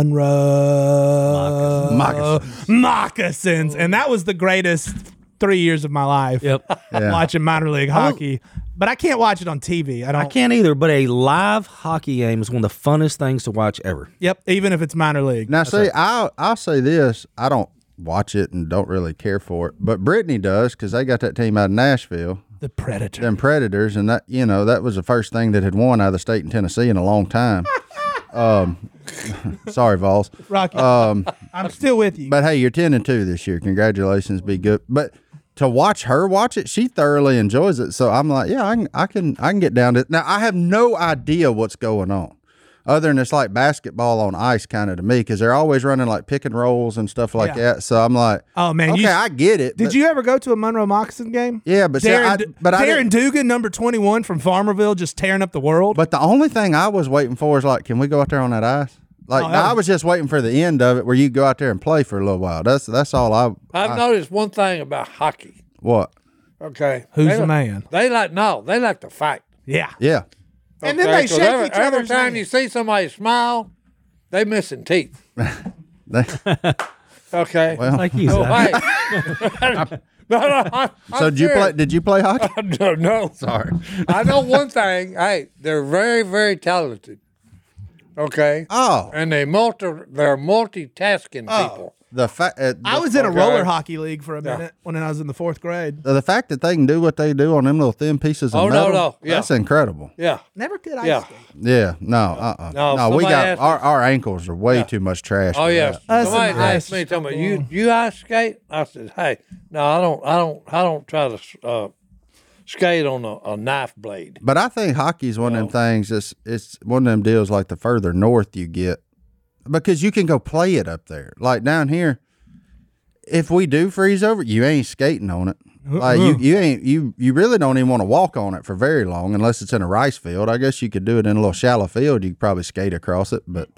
Speaker 5: Monroe Moccasins, and that was the greatest three years of my life.
Speaker 4: Yep.
Speaker 1: Yeah.
Speaker 5: watching minor league hockey, but I can't watch it on TV. I don't.
Speaker 4: I can't either, but a live hockey game is one of the funnest things to watch ever.
Speaker 5: Yep, even if it's minor league.
Speaker 1: Now, see, I'll I'll say this: I don't watch it and don't really care for it, but Brittany does because they got that team out of Nashville,
Speaker 5: The predator.
Speaker 1: them predators, and that you know that was the first thing that had won out of the state in Tennessee in a long time. um, sorry, Vols.
Speaker 5: Rocky. I'm still with you.
Speaker 1: But hey, you're ten and two this year. Congratulations, be good. But to watch her watch it, she thoroughly enjoys it. So I'm like, yeah, I can, I can, I can get down to. Now I have no idea what's going on, other than it's like basketball on ice, kind of to me, because they're always running like pick and rolls and stuff like that. So I'm like,
Speaker 5: oh man,
Speaker 1: okay,
Speaker 5: you,
Speaker 1: I get it.
Speaker 5: did
Speaker 1: but-
Speaker 5: you ever go to a Monroe Moccasin game?
Speaker 1: Yeah, but see,
Speaker 5: Darren,
Speaker 1: I-
Speaker 5: D-
Speaker 1: but I
Speaker 5: Darren
Speaker 1: didn't-
Speaker 5: Dugan, number twenty one from Farmerville, just tearing up the world.
Speaker 1: But the only thing I was waiting for is like, can we go out there on that ice? Like
Speaker 5: Oh, that
Speaker 1: I was just waiting for the end of it where you go out there and play for a little while. That's that's all I
Speaker 3: I've noticed one thing about hockey.
Speaker 1: what.
Speaker 3: Okay,
Speaker 5: Who's
Speaker 3: They
Speaker 5: the
Speaker 3: like-
Speaker 5: man?
Speaker 3: They like no, they like to fight.
Speaker 5: yeah,
Speaker 1: Yeah.
Speaker 5: and then
Speaker 3: Okay,
Speaker 5: they
Speaker 3: 'cause
Speaker 5: shake
Speaker 3: every,
Speaker 5: each
Speaker 3: every
Speaker 5: other's
Speaker 3: time
Speaker 5: hands.
Speaker 3: you see somebody smile, they missing teeth.
Speaker 1: They-
Speaker 3: Okay.
Speaker 1: well,
Speaker 4: Like you
Speaker 3: Oh,
Speaker 4: said.
Speaker 3: hey. no, no. I,
Speaker 1: so did you play did you play hockey?
Speaker 3: No, no. Sorry. I know one thing. Hey, they're very, very talented. Okay.
Speaker 1: Oh.
Speaker 3: And they multi they're multitasking people.
Speaker 1: The fact uh,
Speaker 5: I
Speaker 1: the-
Speaker 5: was in a
Speaker 3: Okay.
Speaker 5: roller hockey league for a minute when I was in the fourth grade.
Speaker 1: the fact that they can do what they do on them little thin pieces of
Speaker 3: Oh, no,
Speaker 1: metal,
Speaker 3: no, yeah.
Speaker 1: that's incredible.
Speaker 3: Yeah.
Speaker 5: Never could I.
Speaker 3: Yeah.
Speaker 1: Yeah, no, uh, uh
Speaker 3: No,
Speaker 1: no, we
Speaker 3: somebody
Speaker 1: got
Speaker 3: asked
Speaker 1: our, our ankles are way too much trash.
Speaker 3: Oh
Speaker 1: for
Speaker 3: yeah.
Speaker 1: that.
Speaker 3: Somebody
Speaker 5: and
Speaker 3: asked
Speaker 5: ice
Speaker 3: me, "Tell me, you you ice skate?" I said, "Hey, no, I don't. I don't. I don't try to uh, skate on a, a knife blade."
Speaker 1: But I think hockey's one of them things. It's it's one of them deals. Like the further north you get, because you can go play it up there. Like down here, if we do freeze over, you ain't skating on it.
Speaker 3: Uh-uh.
Speaker 1: Like you, you ain't you you really don't even want to walk on it for very long unless it's in a rice field. I guess you could do it in a little shallow field. You could probably skate across it, but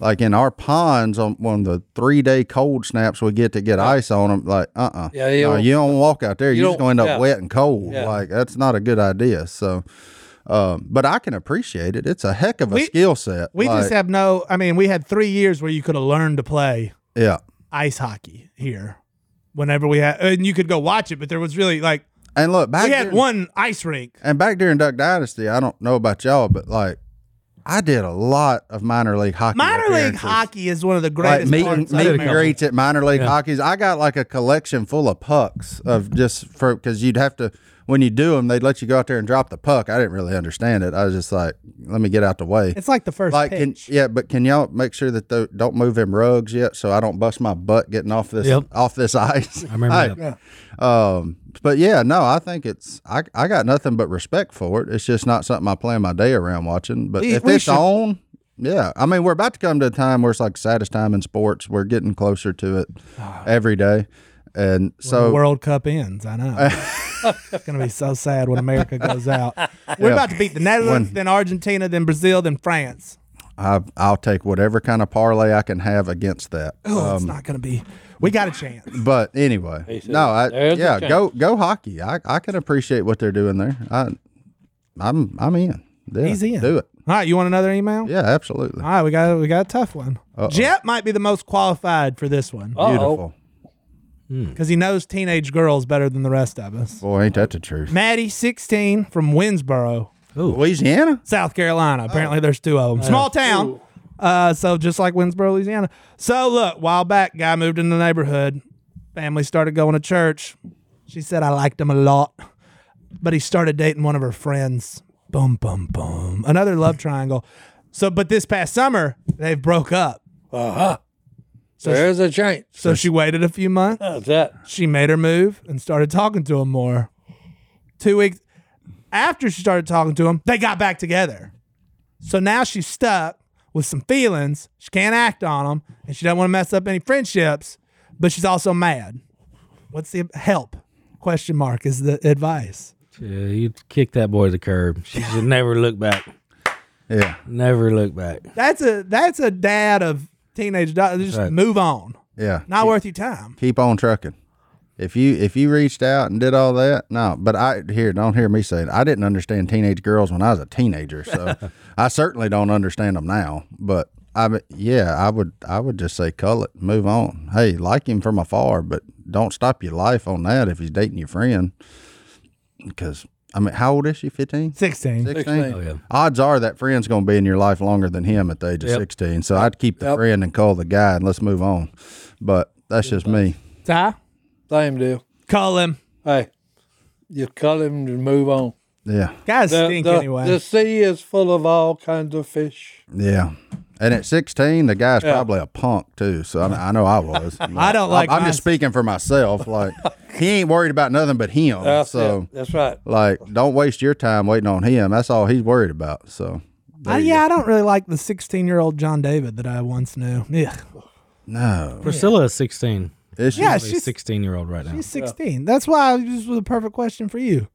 Speaker 1: like in our ponds on one of the three day cold snaps we get to get ice on them, like uh uh
Speaker 3: Yeah, you don't-
Speaker 1: you don't walk out there. You're just
Speaker 3: don't-
Speaker 1: gonna end up
Speaker 3: yeah.
Speaker 1: wet and cold.
Speaker 3: Yeah.
Speaker 1: Like that's not a good idea. So. Um, but I can appreciate it. It's a heck of a
Speaker 5: We-
Speaker 1: skill set.
Speaker 5: We
Speaker 1: Like,
Speaker 5: just have no. I mean, we had three years where you could have learned to play
Speaker 1: yeah,
Speaker 5: ice hockey here. Whenever we had, and you could go watch it, but there was really like
Speaker 1: and look back.
Speaker 5: we had
Speaker 1: during-
Speaker 5: one ice rink.
Speaker 1: and back during Duck Dynasty. I don't know about y'all, but like I did a lot of minor league hockey.
Speaker 5: Minor league
Speaker 1: appearances.
Speaker 5: hockey is one of the
Speaker 1: Like
Speaker 5: greatest
Speaker 1: meet,
Speaker 5: parts.
Speaker 1: meet
Speaker 5: of
Speaker 1: and
Speaker 5: America.
Speaker 1: greets at minor league hockeys. I got like a collection full of pucks of just for because you'd have to when you do them, they'd let you go out there and drop the puck. I didn't really understand it. I was just like, let me get out the way.
Speaker 5: It's like the first
Speaker 1: like can,
Speaker 5: pitch.
Speaker 1: yeah, but can y'all make sure that they don't move them rugs yet, so I don't bust my butt getting off this
Speaker 4: Yep.
Speaker 1: off this ice.
Speaker 4: I remember
Speaker 1: Hey,
Speaker 4: that.
Speaker 1: Um, but yeah, no, I think it's I, I got nothing but respect for it. It's just not something I plan my day around watching. But
Speaker 5: We-
Speaker 1: if
Speaker 5: we
Speaker 1: it's
Speaker 5: should-
Speaker 1: on, yeah, I mean we're about to come to a time where it's like saddest time in sports. We're getting closer to it every day, and
Speaker 5: Ah. the
Speaker 1: so
Speaker 5: World Cup ends. I know. it's gonna be so sad when America goes out. We're about to beat the Netherlands, then Argentina, then Brazil, then France.
Speaker 1: I, I'll take whatever kind of parlay I can have against that.
Speaker 5: Oh, it's not gonna be. We got a chance.
Speaker 1: But anyway,
Speaker 3: said,
Speaker 1: no, I,
Speaker 3: "There's a
Speaker 1: yeah,
Speaker 3: chance."
Speaker 1: go go hockey. I, I can appreciate what they're doing there. I I'm I'm in. Yeah,
Speaker 5: He's in.
Speaker 1: Do it.
Speaker 5: All right, you want another email?
Speaker 1: Yeah, absolutely.
Speaker 5: All right, we got we got a tough one. Jet might be the most qualified for this
Speaker 1: Oh.
Speaker 5: one
Speaker 3: Uh-oh.
Speaker 1: Beautiful.
Speaker 5: because he knows teenage girls better than the rest of us.
Speaker 1: Boy, ain't that the truth?
Speaker 5: Maddie, 16, from Winsboro,
Speaker 1: Louisiana.
Speaker 5: South Carolina. Apparently, there's two of them. Small town. Uh, so just like Winsboro, Louisiana. So look, while back, guy moved in the neighborhood. Family started going to church. She said I liked him a lot, but he started dating one of her friends. Boom, boom, boom. Another love triangle. So, but this past summer they broke up.
Speaker 3: There's a chance.
Speaker 5: So she waited a few months.
Speaker 3: That's that.
Speaker 5: she made her move and started talking to him more. Two weeks after she started talking to him, they got back together. So now she's stuck with some feelings. She can't act on them, and she doesn't want to mess up any friendships. But she's also mad. What's the help? Question mark is the advice.
Speaker 4: Yeah, you kick that boy to the curb. She should never look back.
Speaker 1: Yeah,
Speaker 4: Never look back.
Speaker 5: That's a that's a dad of teenage daughter. Just
Speaker 4: Right.
Speaker 5: move on.
Speaker 1: yeah.
Speaker 5: Not worth your time.
Speaker 1: Keep on trucking. If you if you reached out and did all that, no. But I here don't hear me saying I didn't understand teenage girls when I was a teenager, so I certainly don't understand them now. But I mean, yeah, I would I would just say cull it, move on. Hey, like him from afar, but don't stop your life on that if he's dating your friend. Because I mean, how old is she? 15?
Speaker 5: Sixteen.
Speaker 1: 16?
Speaker 4: Oh, yeah.
Speaker 1: Odds are that friend's going to be in your life longer than him at the age of 16. So I'd keep the friend and call the guy and let's move on. But that's just me.
Speaker 5: Ty,
Speaker 3: Same deal.
Speaker 5: call him.
Speaker 3: Hey, You cut him and move on.
Speaker 1: Yeah.
Speaker 5: Guys
Speaker 3: The,
Speaker 5: stink
Speaker 3: the-
Speaker 5: anyway.
Speaker 3: the sea is full of all kinds of fish.
Speaker 1: Yeah. And at 16, the guy's probably a punk too. So I, I know I was.
Speaker 5: I don't like
Speaker 1: I'm, I'm
Speaker 5: mine.
Speaker 1: just speaking for myself. Like he ain't worried about nothing but him.
Speaker 3: That's
Speaker 1: so
Speaker 3: it. That's right.
Speaker 1: like, don't waste your time waiting on him. That's all he's worried about. So
Speaker 5: Uh, yeah, I don't really like the 16 year old John David that I once knew. Yeah,
Speaker 1: no,
Speaker 4: Priscilla is 16.
Speaker 1: it's
Speaker 5: yeah,
Speaker 4: She's a
Speaker 5: she's
Speaker 4: 16 year old right now.
Speaker 5: He's 16. That's why this was a perfect question for you.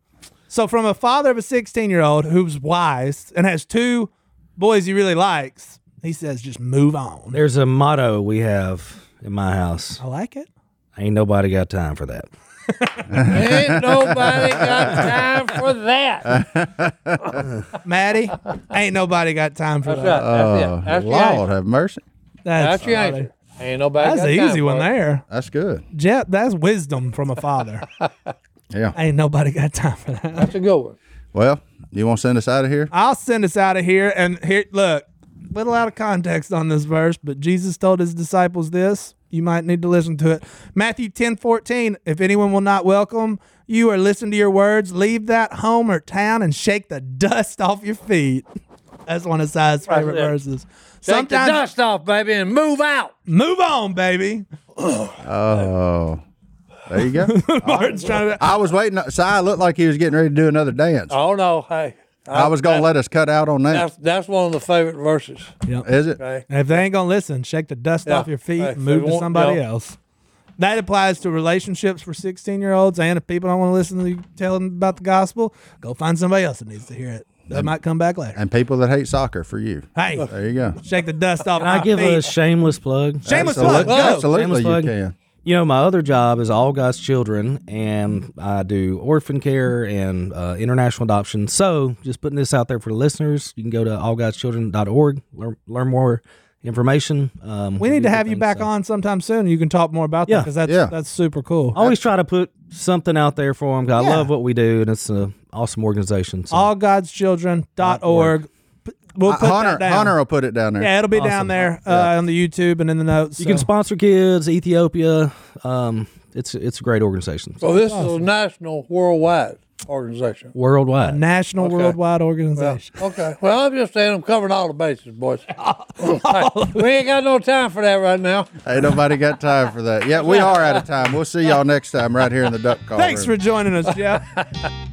Speaker 5: So, from a father of a 16 year old who's wise and has two boys he really likes, he says, just move on.
Speaker 4: There's a motto we have in my house.
Speaker 5: I like it.
Speaker 4: Ain't nobody got time for that.
Speaker 3: Ain't nobody got time for that. That's
Speaker 5: Maddie, ain't nobody got time for
Speaker 3: right.
Speaker 5: that. Oh,
Speaker 3: That's it.
Speaker 1: uh,
Speaker 3: That's the
Speaker 1: Lord
Speaker 3: answer.
Speaker 1: have mercy.
Speaker 5: That's,
Speaker 3: That's the
Speaker 5: funny.
Speaker 3: answer. Ain't nobody.
Speaker 5: That's
Speaker 3: got
Speaker 5: an
Speaker 3: time
Speaker 5: easy
Speaker 3: for
Speaker 5: one
Speaker 3: it.
Speaker 5: there.
Speaker 1: That's good.
Speaker 5: Jeff, that's wisdom from a father.
Speaker 1: Yeah.
Speaker 5: ain't nobody got time for that.
Speaker 3: That's a good one.
Speaker 1: Well, you want to send us out of here?
Speaker 5: I'll send us out of here. And here, look, little out of context on this verse, but Jesus told his disciples this. You might need to listen to it. Matthew 10 14. If anyone will not welcome you or listen to your words, leave that home or town and shake the dust off your feet. That's one of Si's favorite
Speaker 3: it.
Speaker 5: verses.
Speaker 3: Take the
Speaker 5: Sometimes
Speaker 3: dust off, baby, and move out.
Speaker 5: move on, baby.
Speaker 1: Oh, there you go.
Speaker 5: Martin's trying to.
Speaker 1: I was waiting. Si looked like he was getting ready to do another dance.
Speaker 3: Oh no, hey.
Speaker 1: I was gonna let us cut out on that.
Speaker 3: That's that's one of the favorite verses.
Speaker 1: Is it?
Speaker 3: Okay.
Speaker 5: If they ain't gonna listen, shake the dust
Speaker 3: Yeah.
Speaker 5: off your feet
Speaker 3: Hey,
Speaker 5: and move
Speaker 3: they
Speaker 5: to
Speaker 3: won't-
Speaker 5: somebody
Speaker 3: they'll-
Speaker 5: else. That applies to relationships for 16 year olds and if people don't want to listen to you tell them about the gospel, go find somebody else that needs to hear it. That might come back later.
Speaker 1: And people that hate soccer for you.
Speaker 5: Hey,
Speaker 1: There you go.
Speaker 5: shake the dust off.
Speaker 4: Can I
Speaker 5: my
Speaker 4: give
Speaker 5: feet.
Speaker 4: a shameless plug?
Speaker 5: shameless
Speaker 1: Absolutely,
Speaker 5: plug. Go.
Speaker 1: absolutely you
Speaker 4: Shameless plug.
Speaker 1: can.
Speaker 4: You know, my other job is all God's children, and I do orphan care and uh, international adoption. So, just putting this out there for the listeners, you can go to allgodschildren.org, learn, learn more information. Um,
Speaker 5: We need
Speaker 4: do
Speaker 5: to have you
Speaker 4: things,
Speaker 5: back
Speaker 4: so.
Speaker 5: on sometime soon. You can talk more about that
Speaker 4: Yeah. Oh.
Speaker 5: because that's
Speaker 1: Yeah.
Speaker 5: that's super cool.
Speaker 4: I always try to put something out there for them because
Speaker 5: Yeah.
Speaker 4: I love what we do, and it's an awesome organization. So.
Speaker 5: Allgodschildren.org. P- We'll
Speaker 1: Uh,
Speaker 5: put
Speaker 1: Hunter,
Speaker 5: that down.
Speaker 1: Hunter will put it down there.
Speaker 5: yeah, it'll be down
Speaker 4: Awesome.
Speaker 5: there uh, on the YouTube and in the notes.
Speaker 4: you can
Speaker 5: so.
Speaker 4: sponsor kids, Ethiopia. Um, it's it's a great organization.
Speaker 3: So this is a national, worldwide organization.
Speaker 4: worldwide.
Speaker 5: National Worldwide Organization.
Speaker 3: Okay. Well, I'm just saying I'm covering all the bases, boys. Hey, we ain't got no time for that right now.
Speaker 1: Ain't nobody got time for that. Yeah, we are out of time. We'll see y'all next time right here in the duck call.
Speaker 5: Thanks
Speaker 1: room.
Speaker 5: for joining us, Jeff.